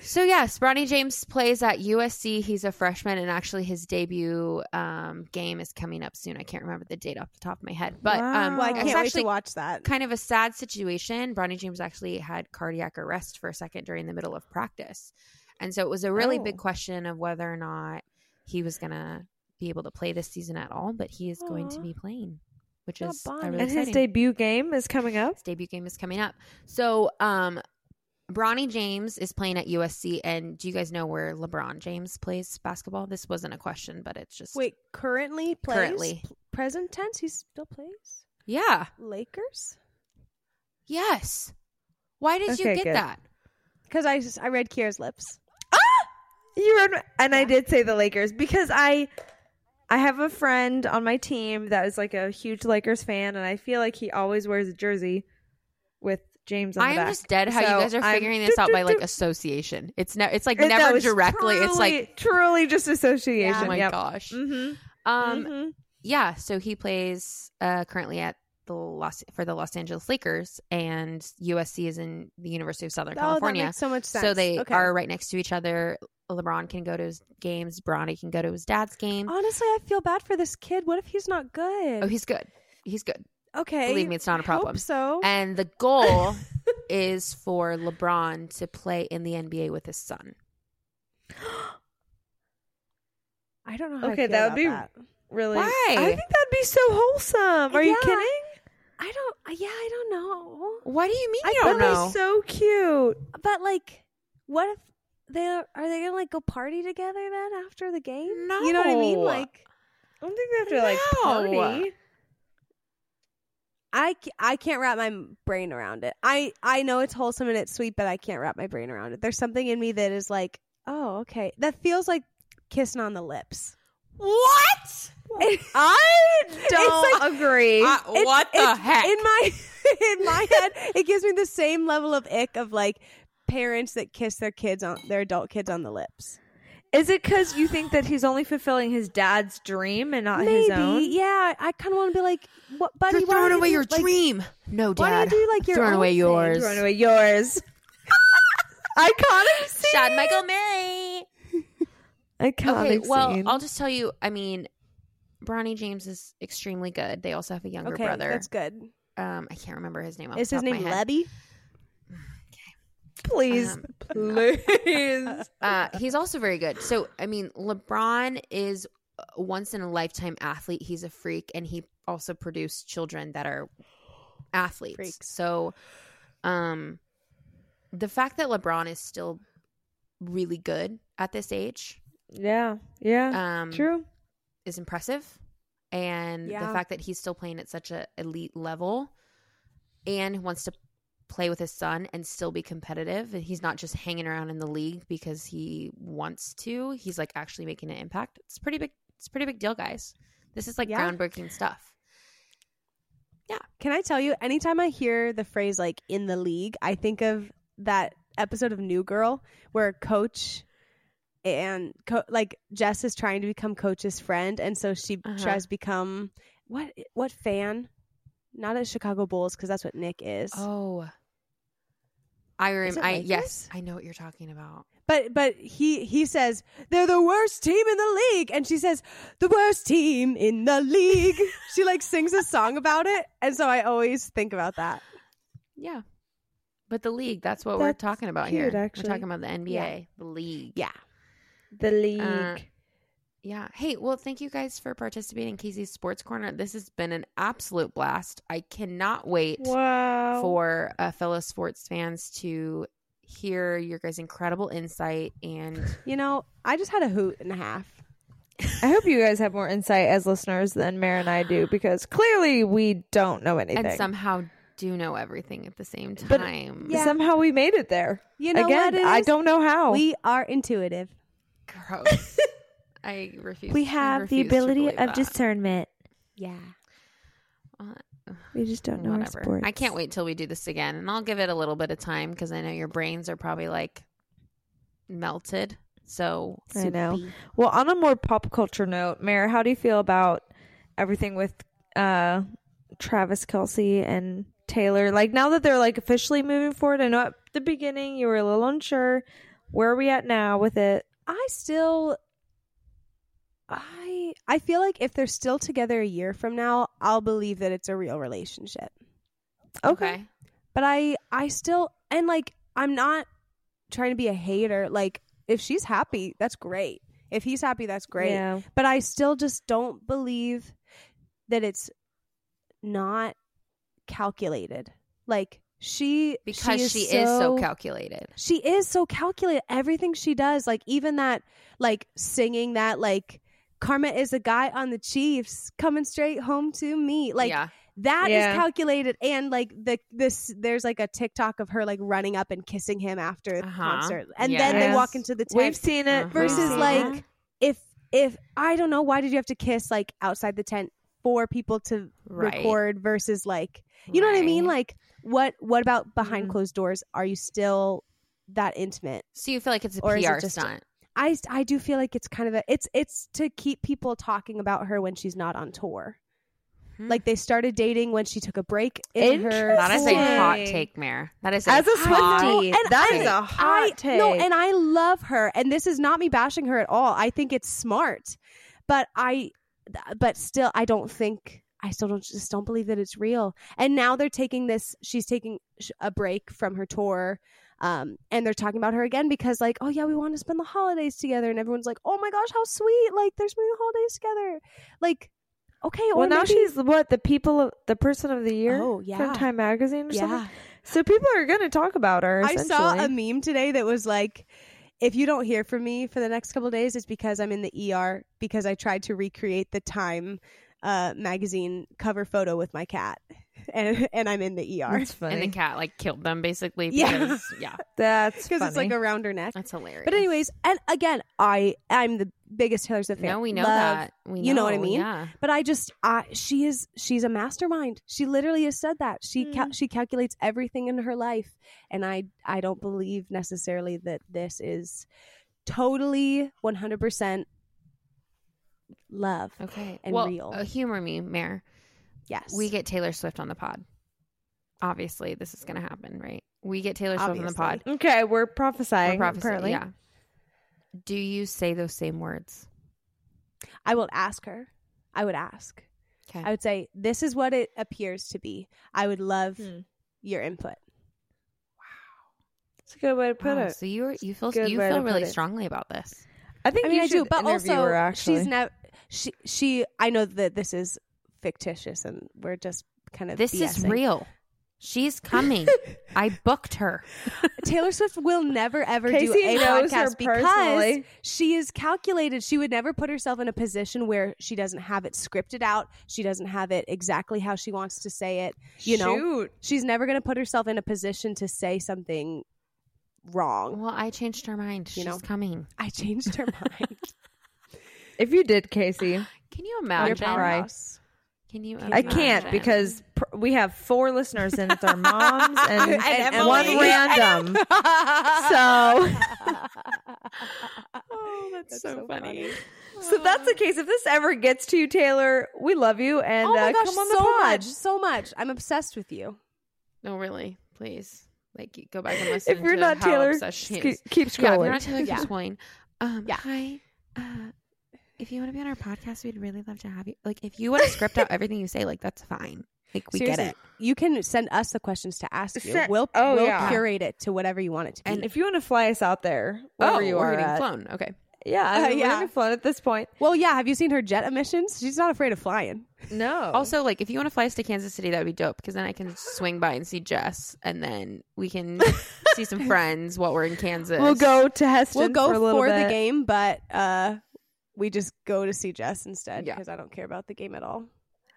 S3: so yes, Bronny James plays at USC. He's a freshman, and actually his debut um, game is coming up soon. I can't remember the date off the top of my head, but um,
S1: well, I
S3: it's
S1: can't wait
S3: actually
S1: to watch that.
S3: Kind of a sad situation. Bronny James actually had cardiac arrest for a second during the middle of practice. And so it was a really big
S2: Oh.
S3: question of whether or not he was going to be able to play this season at all, but he is going to
S2: Aw.
S3: be playing, which
S1: Not
S3: is a
S1: Bonnie.
S3: really
S2: and his
S3: exciting.
S2: debut game is coming up.
S3: His debut game is coming up. So, um, Bronny James is playing at USC. And do you guys know where LeBron James plays basketball? This wasn't a question, but it's just.
S1: Wait, currently plays?
S3: Currently.
S1: P- Present tense, he still plays?
S3: Yeah.
S1: Lakers?
S3: Yes. Why did you
S2: Okay,
S3: get
S2: good.
S3: that?
S1: Because I, s- I read Kira's lips.
S2: You were, and I did say the Lakers because I, I have a friend on my team that is like a huge Lakers fan, and I feel like he always wears a jersey with James on
S3: I
S2: the
S3: am
S2: back.
S3: just dead how
S2: So
S3: you guys are
S2: I'm-
S3: figuring this out by like
S2: It-
S3: association. It's ne- it's like
S2: that
S3: never
S2: was
S3: directly. it's like
S2: truly- truly just association.
S3: oh my
S2: yep.
S3: gosh.
S1: Mm-hmm.
S2: Mhm.
S3: Um
S2: Mhm.
S3: yeah, so he plays uh currently at the Los for the Los Angeles Lakers and USC is in the University of Southern
S1: Oh, that
S3: California.
S1: makes so much sense.
S3: So they
S1: Okay.
S3: are right next to each other. LeBron can go to his games, Bronny can go to his dad's game.
S1: Honestly, I feel bad for this kid. What if he's not good?
S3: Oh, he's good. He's good.
S1: okay.
S3: believe me, it's not a
S1: I hope
S3: problem.
S1: so.
S3: And the goal is for LeBron to play in the NBA with his son.
S1: I don't know how I
S2: Okay,
S1: feel
S2: that would
S1: about
S2: be-
S1: that.
S2: Really,
S3: Why?
S2: I think that'd be so wholesome. Are you
S1: Yeah.
S2: kidding?
S1: I don't, uh, yeah, I don't know.
S3: What do you mean
S1: I
S3: you
S2: That'd
S3: don't
S2: be
S3: know?
S2: so cute.
S1: But like, what if they are they gonna like go party together then after the game? You know what I mean?
S3: No.
S1: Like,
S2: I don't think they have to like
S3: No.
S2: party.
S1: I, ca- I can't wrap my m- brain around it. I I know it's wholesome and it's sweet, but I can't wrap my brain around it. There's something in me that is like, oh, okay, that feels like kissing on the lips.
S3: What?
S1: I
S2: Don't agree.
S3: Uh, what the heck?
S1: In my in my head, it gives me the same level of ick of like parents that kiss their kids on their adult kids on the lips.
S2: Is it because you think that he's only fulfilling his dad's dream and not his own?
S1: Maybe, yeah. I kind of want to be like, what, buddy?
S3: You're
S1: why
S3: throwing
S1: don't
S3: away
S1: you,
S3: your
S1: like,
S3: dream. No,
S1: Why
S3: Dad.
S1: do you do like your
S3: throwing
S1: own
S3: away
S1: thing?
S3: yours.
S2: Run away yours. Iconic scene.
S3: Shad Michael Murray.
S2: Iconic
S3: Okay, well,
S2: scene.
S3: I'll just tell you. I mean, Bronny James is extremely good. They also have a younger
S1: Okay,
S3: brother.
S1: that's good.
S3: Um, I can't remember his name. Off
S1: Is
S3: the
S1: his
S3: top of
S1: name
S3: my head.
S1: Lebby?
S2: please,
S3: um,
S2: please.
S3: Uh, he's also very good. So, I mean, LeBron is a once in a lifetime athlete. He's a freak, and he also produced children that are athletes.
S1: Freaks.
S3: So, um, the fact that LeBron is still really good at this age,
S2: yeah, yeah.
S3: um,
S2: True.
S3: is impressive, and
S1: Yeah.
S3: the fact that he's still playing at such a elite level, and wants to play with his son and still be competitive and he's not just hanging around in the league because he wants to he's like actually making an impact it's pretty big it's a pretty big deal guys this is like
S1: Yeah.
S3: groundbreaking stuff
S1: Can I tell you? Anytime I hear the phrase like "in the league," I think of that episode of New Girl where Coach and co- like Jess is trying to become Coach's friend, and so she
S3: Uh-huh.
S1: tries to become what what fan? Not a Chicago Bulls because that's what Nick is.
S3: oh i
S1: it
S3: remember i
S1: like
S3: yes
S1: this?
S3: i know what you're talking about
S1: But but he he says they're the worst team in the league, and she says the worst team in the league. she like sings a song about it, and so I always think about that.
S3: yeah but the league that's what we're
S2: That's
S3: talking about
S2: cute,
S3: here
S2: actually.
S3: we're talking about the nba the league
S1: Yeah.
S3: uh,
S2: The league.
S3: Yeah. Hey, well, thank you guys for participating in Casey's Sports Corner. This has been an absolute blast. I cannot wait
S2: wow.
S3: for uh, fellow sports fans to hear your guys' incredible insight. And
S1: You know, I just had a hoot and a half.
S2: I hope you guys have more insight as listeners than Mare and I do because clearly we don't know anything.
S3: and somehow do know everything at the same
S2: But-
S3: time.
S1: uh, Yeah.
S2: Somehow we made it there.
S1: You know what?
S2: Again,
S1: it
S2: I
S1: is?
S2: don't know how.
S1: We are intuitive.
S3: Gross. I refuse. I refuse to believe that.
S2: discernment.
S1: Yeah.
S3: Uh,
S2: We just don't know our
S3: Whatever.
S2: sports.
S3: I can't wait till we do this again, and I'll give it a little bit of time because I know your brains are probably like melted. So
S2: I know. Well, on a more pop culture note, Mayor, how do you feel about everything with uh, Travis Kelsey and Taylor? Like now that they're like officially moving forward, I know at the beginning you were a little unsure. Where are we at now with it?
S1: I still I I feel like if they're still together a year from now, I'll believe that it's a real relationship.
S3: okay.
S1: But I I still and like I'm not trying to be a hater. Like if she's happy, that's great. If he's happy, that's great.
S2: Yeah.
S1: But I still just don't believe that it's not calculated. Like she
S3: because she is, so, calculated.
S1: she is so calculated everything she does like even that like singing that like karma is a guy on the chiefs coming straight home to me like
S3: yeah,
S1: that is
S2: Yeah.
S1: calculated and like the this there's like a tiktok of her like running up and kissing him after the
S3: Uh-huh.
S1: concert and
S3: Yes.
S1: then they walk
S2: Yes.
S1: into the tent
S2: We've seen it
S3: Uh-huh.
S1: versus
S2: We've seen
S1: like
S2: it.
S1: if if i don't know why did you have to kiss like outside the tent for people to
S3: right.
S1: record versus like you know what I mean?
S3: Right. Mm-hmm.
S1: Like what what about behind
S2: Mhm.
S1: closed doors? Are you still that intimate?
S3: so you feel like it's a
S1: or is it
S3: PR
S1: just-
S3: stunt.
S1: I I do feel like it's kind of a it's it's to keep people talking about her when she's not on tour.
S3: Hmm.
S1: Like they started dating when she took a break in her
S2: Interesting.
S3: That is a hot
S2: Interesting.
S3: take, Mare. That is a
S2: as a
S3: hot
S1: know,
S2: Swifty,
S1: and
S2: that
S1: I-
S2: is a
S1: I
S2: hot take.
S1: no, and I love her, and this is not me bashing her at all. I think it's smart, but I, th- but still, I don't think I still don't just don't believe that it's real. And now they're taking this. She's taking sh- a break from her tour, um, and they're talking about her again because like, oh yeah, we want to spend the holidays together, and everyone's like, oh my gosh, how sweet! Like they're spending the holidays together. Like, okay, or
S2: well, now
S1: maybe-
S2: she's what the people of the person of the year
S1: Oh
S2: from
S1: yeah,
S2: Time Magazine or something.
S1: yeah.
S2: So people are going to talk about her.
S1: I saw a
S2: essentially.
S1: meme today that was like, if you don't hear from me for the next couple of days, it's because I'm in the ER because I tried to recreate the Time uh, magazine cover photo with my cat, and and I'm in the ER
S2: That's funny.
S3: And the cat like killed them basically.
S1: Yeah.
S3: Because, yeah.
S2: That's
S1: because it's like
S2: funny.
S1: around her neck.
S3: That's hilarious.
S1: But anyways, and again, I I'm the biggest Taylor Swift fan.
S3: no, we know
S1: Love
S3: that. We know,
S1: you know what I mean?
S3: Yeah.
S1: but I just I she is she's a mastermind. She literally has said that. She
S2: Mm.
S1: cal- she calculates everything in her life and I I don't believe necessarily that this is totally 100% love.
S3: Okay.
S1: And
S3: well,
S1: real.
S3: uh, humor me, Mare.
S1: Yes.
S3: We get Taylor Swift on the pod. Obviously, this is going to happen, right? We get Taylor Swift on the
S1: Obviously.
S3: pod.
S2: okay, we're
S3: We're
S2: prophesying.
S3: prophesying,
S2: apparently.
S3: Yeah. Do you say those same words?
S1: I will ask her. I would ask.
S3: Okay.
S1: I would say this is what it appears to be. I would love
S2: Hmm.
S1: your input.
S2: It's a good way to put
S3: Wow,
S2: it.
S3: So you are, you feel
S2: Good
S3: you
S2: way to
S3: feel
S2: put
S3: really
S2: it.
S3: strongly about this.
S2: I think
S1: I mean,
S2: you
S1: I do,
S2: should
S1: but
S2: interview
S1: also
S2: her, actually.
S1: she's never she she I know that this is fictitious and we're just kind of
S3: This is
S1: BSing.
S3: real. She's coming. I booked her.
S1: Taylor Swift will never ever do
S2: Casey
S1: a
S2: knows her
S1: podcast because
S2: personally.
S1: she is calculated. She would never put herself in a position where she doesn't have it scripted out. She doesn't have it exactly how she wants to say it. You know,
S2: Shoot.
S1: she's never going to put herself in a position to say something wrong.
S3: Well, I changed her mind. She's
S1: You know.
S3: coming.
S1: I changed her mind.
S2: If you did, Casey,
S3: Can you
S1: Your
S3: imagine?
S1: powerhouse.
S3: Can you?
S2: I can't
S3: imagine?
S2: because pr- we have four listeners and it's our moms and,
S1: And
S2: and one
S1: Emily.
S2: random. so,
S3: Oh, that's, so, funny.
S2: so that's the case. If this ever gets to you, Taylor, we love you and
S1: oh my
S2: uh,
S1: gosh,
S2: come on the
S1: so
S2: pod.
S1: much, so much. I'm obsessed with you.
S3: No, really. Please, like, you go back and listen.
S2: If you're
S3: to
S2: not
S3: how
S2: Taylor,
S3: obsessed she
S2: sk-
S3: is.
S2: keep
S3: yeah, if
S2: scrolling.
S3: you're not Taylor,
S1: Yeah.
S3: keep scrolling. Um,
S1: Yeah.
S3: Hi. Uh, if you want to be on our podcast, we'd really love to have you. Like, if you want to script out everything you say, like, that's fine. Like, we
S1: Seriously,
S3: get it.
S1: You can send us the questions to ask you.
S2: Send-
S1: we'll
S2: oh,
S1: we'll
S2: yeah.
S1: curate it to whatever you want it to be.
S2: and Oh, if you want to fly us out there, wherever you
S3: Oh, we're
S2: are
S3: getting
S2: at,
S3: flown. Okay.
S2: yeah, I
S1: Uh,
S2: mean, we're
S1: yeah.
S2: having fun at this point.
S1: Well, yeah. Have you seen her jet emissions? She's not afraid of flying.
S2: No,
S3: Also, like, if you want to fly us to Kansas City, that would be dope because then I can swing by and see Jess, and then we can see some friends while we're in Kansas.
S2: we'll go to Heston.
S1: we'll go
S2: for, a little
S1: for, the
S2: bit.
S1: game, but uh, we just go to see Jess instead
S3: Yeah.
S1: because I don't care about the game at all.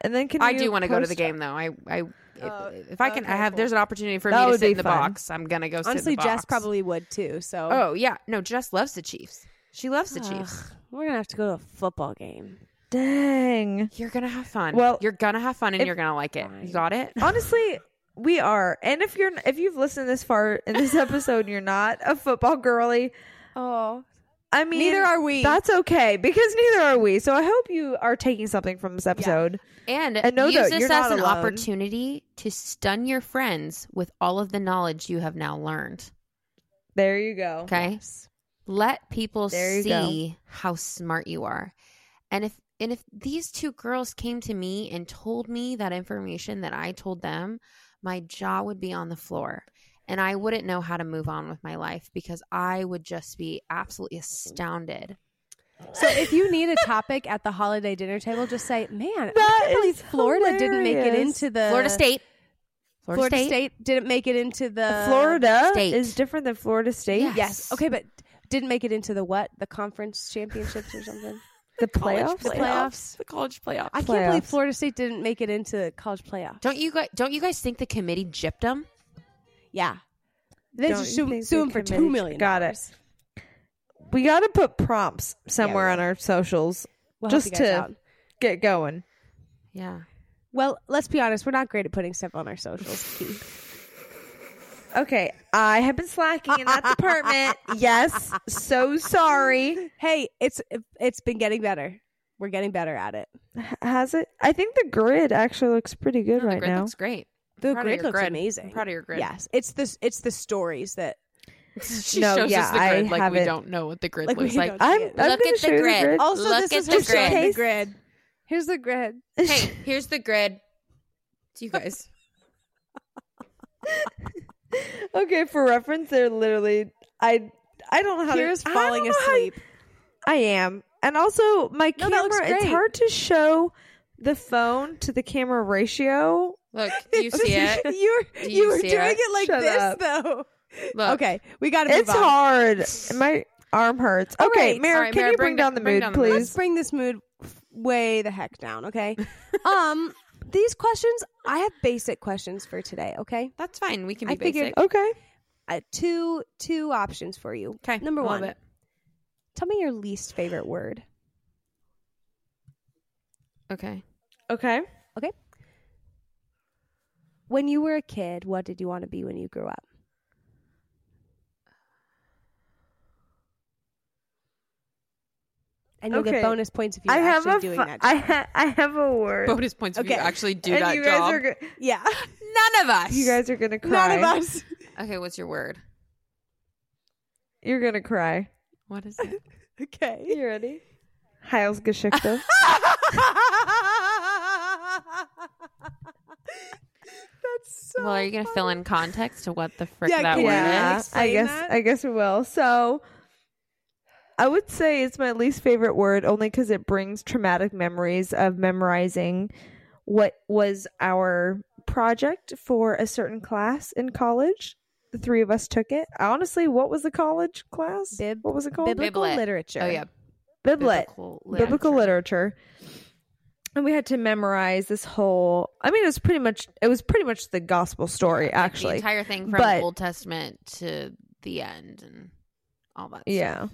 S2: and then can
S3: I
S2: you
S3: do want to go to the
S2: post-
S3: game though. I, I, if,
S1: Oh,
S3: if I can, I
S1: okay,
S3: have.
S1: cool.
S3: There's an opportunity for
S2: That
S3: me to
S2: would
S3: sit
S2: be
S3: in the
S2: fun.
S3: box. I'm gonna go. sit
S1: Honestly,
S3: in the
S1: Jess
S3: box.
S1: probably would too. So
S3: Oh yeah, no, Jess loves the Chiefs. She loves the Chiefs.
S1: Ugh, we're gonna have to go to a football game.
S2: Dang.
S3: You're gonna have fun.
S2: Well,
S3: you're gonna have fun and
S2: if-
S3: you're gonna like it. You got it.
S2: Honestly, we are. And if you're if you've listened this far in this episode, and you're not a football girly.
S1: Oh,
S2: I mean,
S1: neither are we.
S2: That's okay because neither are we. So I hope you are taking something from this episode.
S3: And,
S2: And know that
S3: use this
S2: you're
S3: as
S2: not
S3: an
S2: alone.
S3: opportunity to stun your friends with all of the knowledge you have now learned.
S2: There you go.
S3: Okay. Let people
S2: There you go.
S3: see how smart you are. And if and if these two girls came to me and told me that information that I told them, my jaw would be on the floor. and I wouldn't know how to move on with my life because I would just be absolutely astounded.
S1: So if you need a topic at the holiday dinner table, just say, "Man, I
S2: That
S1: can't believe
S2: is
S1: Florida didn't make it
S2: hilarious.
S1: into the
S3: Florida State.
S1: Florida, State. didn't make it into the
S2: Florida
S3: state.
S2: is different than Florida State.
S3: Yeah.
S1: Yes. Okay, but didn't make it into the what? The conference championships or something?
S2: The playoffs.
S1: The playoffs.
S3: The college playoffs.
S1: I can't believe
S2: Playoffs.
S1: Florida State didn't make it into college playoffs.
S3: Don't you guys? Don't you guys think the committee gypped them?
S1: Yeah. They
S2: Don't
S1: just
S2: you
S1: sue,
S2: think
S1: sue
S2: the
S1: him for
S2: committee-
S1: two million.
S2: Got it. We got to put prompts somewhere
S3: Yeah.
S2: on our socials.
S1: We'll help
S2: Just
S1: you guys
S2: to-
S1: out.
S2: Get going.
S3: Yeah.
S1: Well, let's be honest. We're not great at putting stuff on our socials. Keith.
S2: Okay, I have been slacking in that department. Yes, so sorry.
S1: hey, it's it's been getting better. We're getting better at it.
S2: Has it? I think the grid actually looks pretty good
S3: No, the
S2: right
S3: grid
S2: now.
S3: looks great.
S1: The
S3: Proud of
S1: grid
S3: your
S1: looks
S3: grid.
S1: amazing.
S3: I'm proud of your grid.
S1: Yes, it's the it's the stories that
S3: she
S2: No,
S3: shows
S2: yeah,
S3: us the grid
S2: I
S3: like
S2: haven't-
S3: we don't know what the grid
S1: Like, we
S3: looks like.
S1: don't-
S2: I'm,
S1: Look
S2: I'm
S3: at
S2: gonna
S3: the
S2: show you
S3: grid.
S2: the
S1: Also,
S3: Look
S1: this
S3: at
S1: is
S3: the
S1: her showing
S2: grid.
S1: the grid. Here's the grid.
S2: grid.
S3: Hey, here's the grid. It's you guys.
S2: okay, for reference, they're literally I I don't know how
S1: Here's
S2: to, I
S1: falling
S2: don't know how-
S1: asleep.
S2: I am, and also my
S1: No, that looks
S2: camera. It's
S1: great.
S2: hard to show the phone to the camera ratio.
S3: Look, do you see it?
S1: you were,
S3: Do
S1: you
S3: you
S1: were
S3: see
S1: doing
S3: it?
S1: it, like
S2: Shut
S1: this
S2: up.
S1: though.
S3: Look.
S1: Okay, we got to move
S2: It's
S1: on.
S2: hard. My arm hurts.
S1: All
S2: Okay,
S1: right.
S2: Mara,
S3: All right,
S2: can
S3: Mara,
S2: you
S3: bring
S2: bring,
S3: da-
S2: down the
S3: bring
S2: mood,
S3: down the mood.
S1: Let's
S2: please?
S1: bring this mood f- way the heck down, okay? um, these questions, I have basic questions for today, okay?
S3: That's fine. We can be
S1: I figured-
S3: basic.
S2: Okay.
S1: Uh, two two options for you.
S3: okay.
S1: number
S3: I love
S1: one.
S3: it.
S1: Tell me your least favorite word.
S3: Okay.
S2: Okay.
S1: When you were a kid, what did you want to be when you grew up? And you'll
S2: Okay.
S1: get bonus points if you're
S2: I have
S1: actually
S2: a
S1: doing
S2: fu-
S1: that.
S2: I
S1: Job.
S2: ha- I have a word.
S3: Bonus points if you
S1: Okay.
S3: actually do
S2: and
S3: that
S2: you guys
S3: job.
S2: are go-
S1: yeah,
S3: None of us.
S2: you guys are gonna cry.
S1: none of us.
S3: Okay, what's your word?
S2: You're gonna cry.
S3: What is it?
S1: Okay.
S2: You ready? Heilsgeschichte.
S1: That's so.
S3: well, are you gonna fill in context to what the frick
S1: Yeah,
S3: that
S1: can you
S3: word
S2: yeah,
S3: is?
S2: I
S1: explain
S2: guess
S1: that?
S2: I guess we will. So, I would say it's my least favorite word, only because it brings traumatic memories of memorizing what was our project for a certain class in college. The three of us took it. Honestly, what was the college class?
S1: Bib-
S2: what was it called?
S1: biblical
S3: Biblet.
S1: literature.
S3: Oh yeah,
S2: Biblet.
S3: biblical
S2: biblical literature and we had to memorize this whole i mean it was pretty much it was pretty much the gospel story
S3: the
S2: actually
S3: entire thing from
S2: but-
S3: Old Testament to the end and all that.
S2: yeah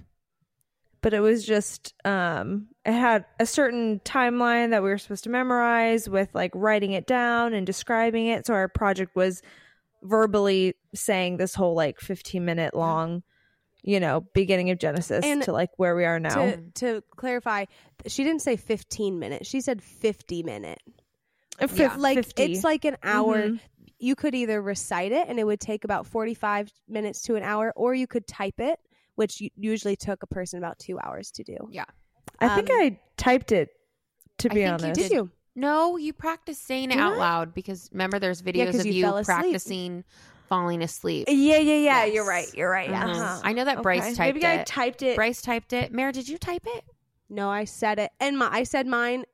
S2: but it was just um it had a certain timeline that we were supposed to memorize with like writing it down and describing it so our project was verbally saying this whole like 15 minute long you know beginning of genesis
S1: And
S2: to like where we are now
S1: To, to clarify, she didn't say 15 minutes. She said 50 minute.
S2: Uh, fif-
S3: Yeah.
S1: Like
S2: 50.
S1: it's like mm-hmm. an hour.
S2: Mhm.
S1: You could either recite it and it would take about 45 minutes to an hour, or you could type it, which u- usually took a person about two hours to do.
S2: i think
S1: um,
S2: i typed it to
S3: I
S2: be
S3: think you
S2: honest
S1: Did you?
S3: No, you practice saying it
S1: Did
S3: out
S1: I?
S3: loud because remember, there's videos
S1: 'cause
S3: of
S1: you
S3: you,
S1: fell asleep.
S3: practicing falling asleep.
S2: Yeah, yeah, yeah.
S1: Yes.
S2: You're right. You're right.
S1: Yeah.
S3: Mhm.
S1: Uh-huh.
S3: I know that Bryce
S2: Okay.
S3: typed
S2: Maybe I
S3: it.
S2: typed it.
S3: Bryce typed it. Mara, did you type it?
S1: No, I said it. And my, I said mine.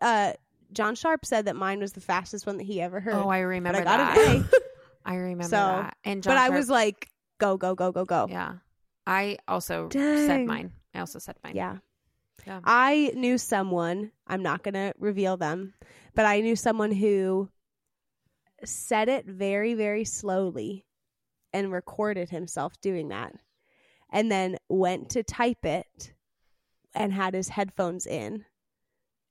S1: Uh, John Sharp said that mine was the fastest one that he ever heard.
S3: Oh, I remember
S1: got an
S3: that. I remember
S1: So,
S3: that. And John
S1: but I
S3: Sharp-
S1: was like, go, go, go, go, go.
S3: yeah. I also said
S2: Dang.
S3: mine. I also said mine.
S1: Yeah.
S3: Yeah.
S1: I knew someone, I'm not going to reveal them, but I knew someone who said it very, very slowly and recorded himself doing that and then went to type it and had his headphones in.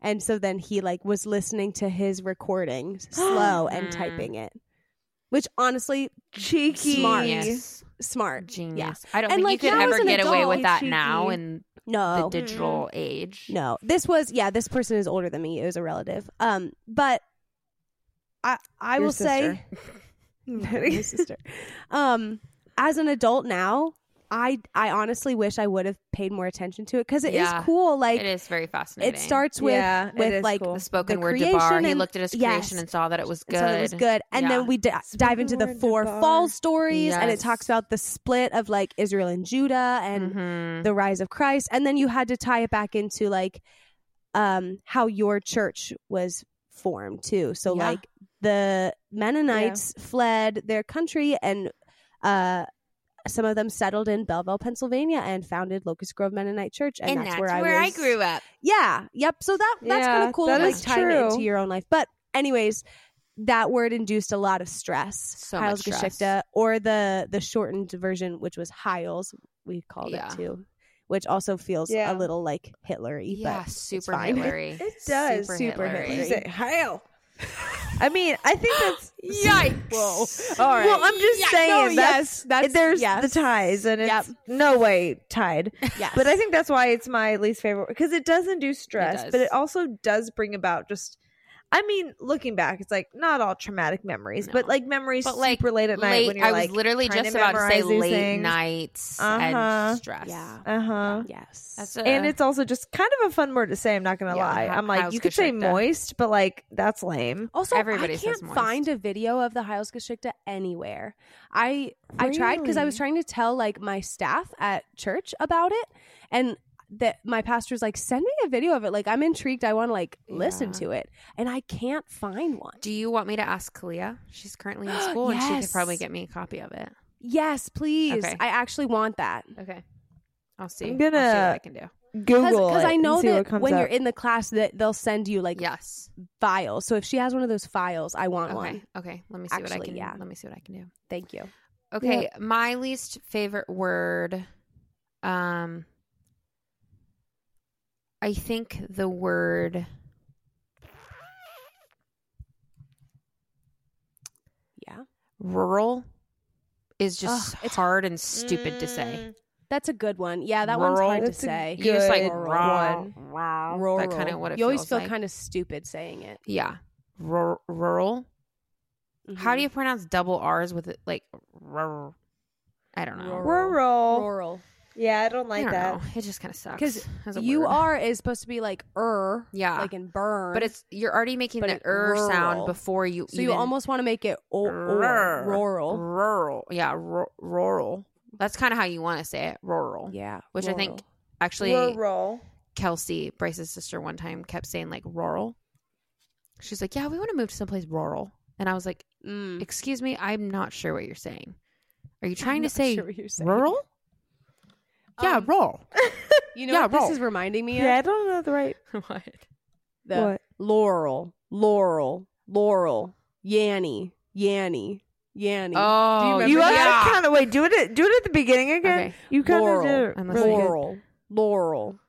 S1: And so then he like was listening to his recordings slow and
S3: Mm.
S1: typing it, which honestly,
S2: Cheeky.
S1: Smart.
S3: Genius.
S1: smart.
S3: Genius.
S1: Yeah.
S3: I don't
S1: And,
S3: think
S1: like,
S3: you could
S1: now as
S3: ever
S1: an
S3: get away
S1: adult-
S3: with that
S2: Cheeky.
S3: now in
S1: No.
S3: the digital age.
S1: No, this was yeah. This person is older than me. It was a relative. Um, but I I
S2: Your
S1: will say
S2: sister.
S1: my sister. Um, as an adult now, I I honestly wish I would have paid more attention to it because it is
S3: Yeah.
S1: cool. Like
S3: it is very fascinating.
S1: it starts with
S2: Yeah, it
S1: with
S2: is
S1: like
S2: cool.
S3: the spoken
S1: the
S3: word
S1: creation
S3: Jabbar. He
S1: and-
S3: looked at his creation
S1: yes.
S3: and saw that it was good.
S1: and so it was good. And
S3: Yeah.
S1: then we d- dive
S2: Spoken
S1: into the
S2: word
S1: four
S2: Jabbar.
S1: fall stories, and it
S3: Yes.
S1: talks about the split of like Israel and Judah and
S3: Mhm.
S1: the rise of Christ. And then you had to tie it back into like um how your church was formed too. So
S3: Yeah.
S1: like the Mennonites fled their country and uh some of them settled in Belleville, Pennsylvania and founded Locust Grove Mennonite Church and, that's, where, I, was,
S3: grew up.
S1: Yeah. Yep. So that that's kind
S2: Yeah,
S1: of cool
S2: that
S1: like
S2: is
S1: tying it into
S2: true.
S1: your own life. But anyways, that word induced a lot of stress.
S3: So much stress.
S1: Heilsgeschichte, or the the shortened version, which was Heils, we called
S3: Yeah.
S1: it too, which also feels
S2: Yeah.
S1: a little like Hitlery.
S3: Yeah,
S1: but it's
S3: super
S1: fine.
S3: Hitlery.
S2: It does,
S1: super
S2: You
S1: Hitlery.
S2: say, "Hail." I mean, I think that's
S3: Yikes!
S1: All right.
S2: Well, I'm just
S3: Yeah,
S2: saying.
S1: no,
S2: that's,
S1: yes, that's-
S2: there's
S1: yes.
S2: the ties, and it's
S1: Yep.
S2: no way tied.
S1: Yes.
S2: But I think that's why it's my least favorite because it does induce stress,
S3: does.
S2: but it also does bring about just. I mean, looking back, it's like not all traumatic memories, but
S3: No.
S2: like memories
S3: But, like,
S2: super late at night
S3: late,
S2: when you're
S3: I
S2: like,
S3: was literally
S2: trying to
S3: just about to say
S2: memorize these
S3: late
S2: things.
S3: nights
S2: Uh-huh.
S3: and stress.
S1: Yeah.
S2: uh huh.
S1: Yes.
S3: That's a,
S2: And it's also just kind of a fun word to say. I'm not gonna
S3: Yeah,
S2: lie.
S3: ha-
S2: I'm like, you could say
S3: Hausgeschichte.
S2: moist, but like that's lame.
S1: also
S3: everybody
S1: I
S3: says
S1: can't
S3: moist.
S1: find a video of the Heilsgeschichte anywhere. I I tried because I was trying to tell like my staff at church about it, and that my pastor's like, send me a video of it. Like I'm intrigued. I want to like listen
S3: Yeah.
S1: to it, and I can't find one.
S3: Do you want me to ask Kalia? She's currently in school and she could
S1: Yes.
S3: probably get me a copy of it.
S1: Yes, please.
S3: Okay.
S1: I actually want that.
S3: Okay. I'll see.
S2: I'm
S3: I'll see
S2: gonna-
S3: what I can do.
S2: Google
S1: because
S2: it
S1: I know
S2: and see what
S1: that
S2: comes
S1: when
S2: up.
S1: you're in the class that they'll send you like
S3: Yes.
S1: files. So if she has one of those files, I want
S3: Okay.
S1: one.
S3: Okay. Let me see what I
S1: Actually,
S3: can
S1: yeah.
S3: let me see what I can do.
S1: Thank you.
S3: Okay, my least favorite word um I think the word
S1: Yeah.
S3: rural is just
S1: Ugh, it's-
S3: hard and stupid to say.
S1: That's a good one. Yeah, that
S3: Rural.
S1: one's hard to
S2: That's a
S1: say.
S3: You just like
S2: Good
S3: raw,
S2: one.
S3: raw,
S1: Rural.
S3: That kind of what it
S1: you always
S3: feels
S1: feel
S3: like.
S1: kind of stupid saying it.
S3: yeah. Rur- rural. How
S1: Mhm.
S3: do you pronounce double R's with it like rur- I don't know.
S1: Rural.
S2: rural.
S1: Mm-hmm. rural?
S2: Yeah, I don't like
S3: I don't
S2: that.
S3: know. It just kind of sucks.
S1: 'Cause
S3: as a
S1: You
S3: word.
S1: are is supposed to be like er,
S3: Yeah.
S1: like in burn,
S3: but it's you're already making
S1: but
S3: the
S1: it-
S3: er sound
S1: rural.
S3: before you
S1: so you
S3: even-
S1: almost want to make it or, or
S3: Rrr.
S1: rural.
S3: rural. Yeah, ru- rural. That's kind of how you want to say it, rural.
S1: Yeah,
S3: Which I think actually
S2: Rural.
S3: Kelsey, Bryce's sister, one time kept saying like rural. She's like, yeah, we want to move to someplace rural, and I was like,
S1: Mm.
S3: excuse me, I'm not sure what you're saying. Are you trying
S1: I'm
S3: to
S1: not
S3: say
S1: sure what you're saying.
S3: rural? yeah,
S1: Um,
S3: rural.
S1: You know
S3: yeah,
S1: what this
S3: rural.
S1: is reminding me of
S2: Yeah. I don't know the right
S3: what?
S1: the
S2: what.
S1: laurel, laurel, laurel, yanny, yanny, yanny.
S3: Oh,
S1: remember
S2: You
S1: that?
S2: yeah. kind of wait. Do it. Do it at the beginning again.
S3: Okay.
S2: You kind of
S1: Laurel.
S2: did it
S3: I'm
S2: really good.
S1: Laurel, Laurel,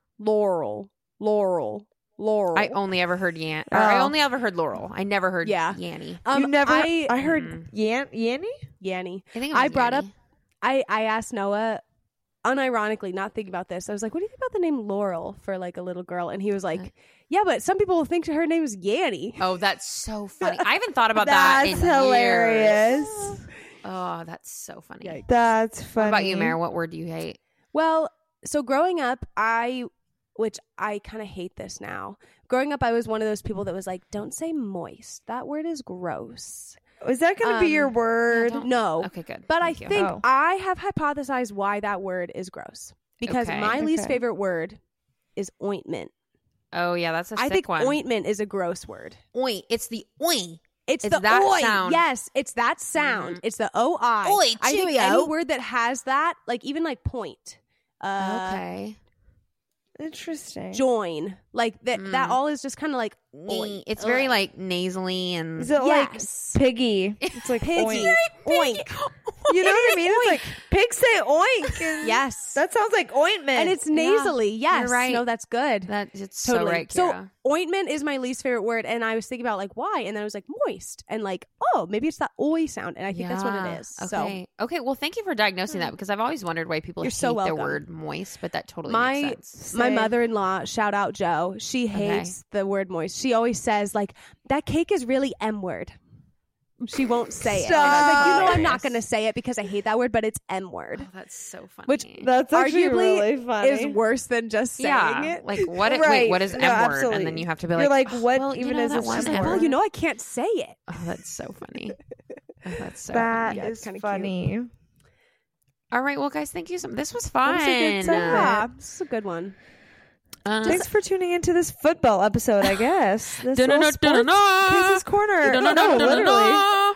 S1: Laurel, Laurel, Laurel.
S3: I only ever heard Yan. Or I
S2: Oh.
S3: only ever heard Laurel. I never heard
S1: Yeah.
S3: Yanny.
S1: um,
S2: you never.
S1: I,
S2: I, heard
S3: Mm.
S2: Yan Yanny.
S1: Yanny.
S3: I think it
S1: I
S3: was
S1: brought up-
S3: Yanny.
S1: I I asked Noah, unironically, not thinking about this. I was like, "What do you think about the name Laurel for like a little girl?" And he was
S3: Uh-huh.
S1: like, "Yeah, but some people will think her name is Yanny."
S3: Oh, that's so funny. I haven't thought about that.
S2: That's
S3: in
S2: hilarious.
S3: years. Oh, that's so funny.
S1: Yikes.
S2: That's funny.
S3: What about you, Mary? What word do you hate?
S1: Well, so growing up, I, which I kind of hate this now. Growing up, I was one of those people that was like, "Don't say moist. That word is gross."
S2: Is that going to be
S1: Um,
S2: your word?
S3: don't-
S1: No,
S3: Okay, good.
S1: But
S3: Thank
S1: I
S3: you.
S1: think
S2: Oh.
S1: I have hypothesized why that word is gross because
S3: Okay.
S1: my least
S2: Okay.
S1: favorite word is ointment.
S3: Oh yeah, that's a
S1: I
S3: sick
S1: think
S3: one.
S1: ointment is a gross word.
S3: Oi, It's the oi.
S1: It's,
S3: It's
S1: the
S3: that
S1: oi.
S3: sound. Mm-hmm.
S1: Yes, it's that sound. It's the oi.
S3: Oi,
S1: I think
S3: cheerio.
S1: any word that has that, like even like point, uh,
S3: okay.
S2: Interesting.
S1: join, like that. That
S3: Mm.
S1: all is just kind of like
S3: Oi.
S1: oi.
S3: It's very
S1: oi.
S3: like nasally and
S2: Is it
S1: yes.
S2: like piggy? It's like
S1: Piggy.
S2: oink.
S1: oink.
S2: You know what I mean? It's like pigs say oink. and
S1: Yes,
S2: That sounds like ointment.
S1: and it's nasally. Yes,
S3: right.
S1: no, that's good.
S3: That it's so
S1: Totally.
S3: right,
S1: So-
S3: Kira.
S1: ointment is my least favorite word and i was thinking about like why and then i was like moist and like oh maybe it's that oi sound and i think that's what
S3: Yeah.
S1: it is Hmm.
S3: Okay. okay. Well, thank you for diagnosing that because I've always wondered why people
S1: You're
S3: hate
S1: so
S3: the
S1: welcome.
S3: word moist, but that totally
S1: My-
S3: makes sense.
S1: so my
S2: Same.
S1: mother-in-law shout out joe she hates the word moist she always says like that cake is really m word She won't say it.
S2: Stop.
S1: I was like, you know, I'm not going to say it because I hate that word, but it's M word.
S3: Oh, that's so funny.
S1: Which
S2: That's actually
S1: Arguably
S2: really funny.
S1: Is worse than just saying
S3: yeah,
S1: it.
S3: like what? It,
S2: Right.
S3: Wait, what is
S2: No,
S3: M word?
S2: absolutely.
S3: And then you have to be
S2: You're
S3: like,
S2: like,
S3: "Oh,
S2: what
S3: well, you
S2: even
S3: know
S2: is
S3: that
S2: this
S3: one
S2: just
S3: M
S2: like,
S1: well,
S3: word?"
S1: you know, I can't say it.
S3: Oh, that's so funny. Oh, that's so
S2: That
S3: funny.
S1: Yeah, it's
S2: is
S1: kinda cute.
S2: funny.
S3: All right, well, guys, thank you. So this was
S1: That
S3: fun.
S1: was a good
S2: Yeah.
S1: segment. This is a good one.
S3: Uh,
S2: Thanks for tuning into this football episode, I guess. This
S3: Dun- dun-
S2: little
S3: dun- dun-
S2: sports
S3: dun-
S2: Casey's corner.
S3: dun- dun-
S2: No,
S3: dun- dun-
S2: literally.
S3: dun.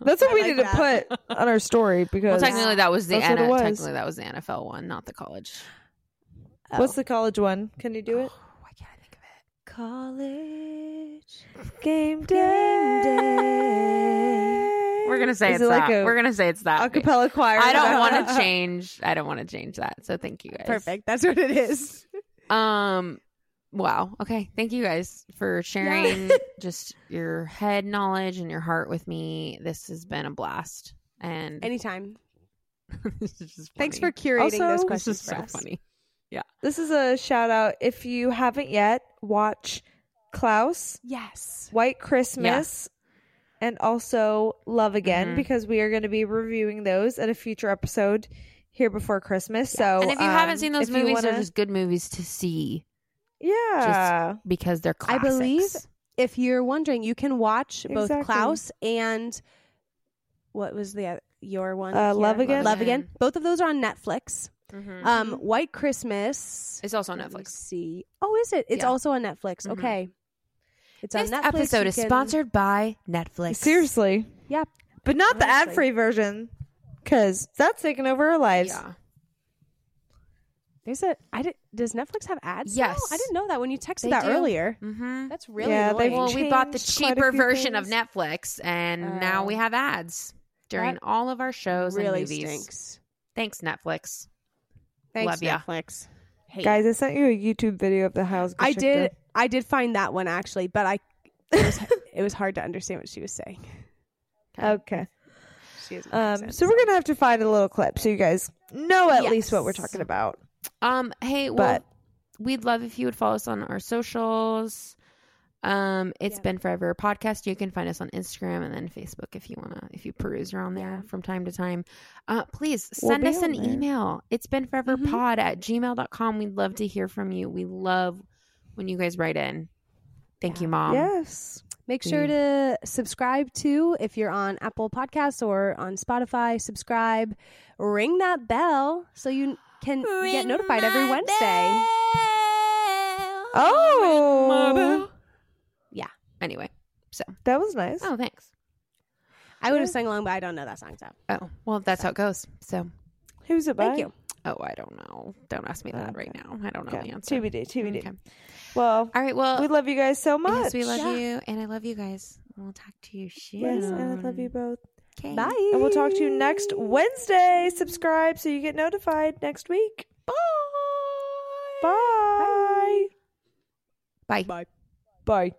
S2: That's what
S1: I
S2: we
S1: like
S2: need
S1: that.
S2: to put on our story
S3: Well,
S2: because
S3: technically that was the
S2: That's what it
S3: N-
S2: was.
S3: technically that was the NFL one, not the college.
S1: Oh.
S2: what's the college one? Can you do it?
S3: Oh, Why can't I think of it?
S2: College game day.
S3: We're gonna
S2: Is
S3: say it's
S2: it like
S3: that.
S2: a
S3: We're gonna say it's that.
S2: acapella choir.
S3: I don't want to change. I don't want to change that. So thank you guys.
S1: Perfect. That's what it is.
S3: Um. Wow. Okay. Thank you guys for sharing just your head knowledge and your heart with me. This has been a blast. And
S1: Anytime.
S3: this is just
S1: Thanks for
S3: funny.
S1: curating
S2: Also,
S1: those
S2: this
S3: This
S1: questions
S3: is
S1: for
S3: so
S1: us.
S3: funny.
S2: This is a shout out. If you haven't yet, watch Klaus,
S1: Yes.
S2: White Christmas, and also Love Again
S3: Mhm.
S2: because we are going to be reviewing those in a future episode here before Christmas. So,
S3: and if you
S2: um,
S3: haven't seen those
S2: if you
S3: movies, they're
S2: wanna-
S3: just good movies to see
S2: yeah,
S3: because they're
S1: I
S3: classics.
S1: believe- If you're wondering, you can watch both
S2: Exactly.
S1: Klaus and what was the oth- your one?
S2: Uh, Love
S1: Kiara?
S2: Again?
S1: Love
S3: Mm-hmm.
S1: again. Both of those are on Netflix.
S3: Mhm.
S2: Mm-hmm.
S1: Um, White Christmas.
S3: it's also on
S1: Let me
S3: Netflix.
S1: See, oh, is it? It's
S3: Yeah.
S1: also on Netflix.
S3: Mhm.
S1: Okay, it's
S3: This
S1: on Netflix.
S3: episode
S1: You
S3: is
S1: can-
S3: sponsored by Netflix.
S2: seriously,
S1: Yeah.
S2: but not the
S1: Honestly.
S2: ad free version because that's taking over our lives.
S3: Yeah.
S1: There's a. I did. Does Netflix have ads? now?
S3: Yes.
S1: I didn't know that when you texted
S3: They
S1: that
S3: do.
S1: earlier.
S3: Mm-hmm.
S1: That's really
S2: Yeah, they
S1: annoying.
S3: Well, we bought the
S2: changed quite a
S3: cheaper
S2: few
S3: version of
S2: things.
S3: Netflix, and now
S1: Oh.
S3: we have ads during
S1: That
S3: all of our shows
S1: really
S3: and movies.
S1: stinks.
S3: Thanks, Netflix.
S1: Thanks,
S3: Love ya.
S1: Netflix. Hey,
S2: Guys, I sent you a YouTube video of the house.
S1: I did. I did find that one actually, but I it was, it was hard to understand what she was saying.
S2: Okay.
S1: She doesn't make
S2: Um,
S1: sense.
S2: so we're gonna have to find a little clip so you guys know at least what we're
S3: Yes.
S2: talking about.
S3: Um, hey, well, we'd love if you would follow us on our socials. Um, it's
S1: Yeah.
S3: been forever a podcast. You can find us on Instagram and then Facebook if you wanna if you peruse around there from time to time. Uh please
S2: We'll
S3: send
S2: be
S3: us
S2: on
S3: an
S2: there. Mm-hmm.
S3: email. It's been forever
S1: Mhm.
S3: pod at gmail.com. We'd love to hear from you. We love when you guys write in. Thank you, Mom.
S2: yes.
S1: Make sure
S3: We-
S1: to subscribe to if you're on Apple Podcasts or on Spotify. Subscribe, ring that bell so you can get notified every Wednesday.
S2: Oh,
S3: Anyway.
S2: that was nice.
S3: Oh, thanks.
S1: I would have sang along, but I don't know that song. So
S3: Oh, well, that's how it goes. So,
S2: Who's it by?
S1: thank you.
S3: oh, I don't know. Don't ask me that right now. I don't know
S2: Okay.
S3: the answer.
S2: TBD. TBD.
S3: Okay.
S2: Well,
S3: All right. Well,
S2: we love you guys so much.
S3: yes, we love you, and I love you guys. We'll talk to you soon.
S2: Yes, and I love you both.
S3: Okay.
S1: Bye.
S2: And we'll talk to you next Wednesday. Subscribe so you get notified next week. Bye. Bye.
S3: Bye.
S2: Bye.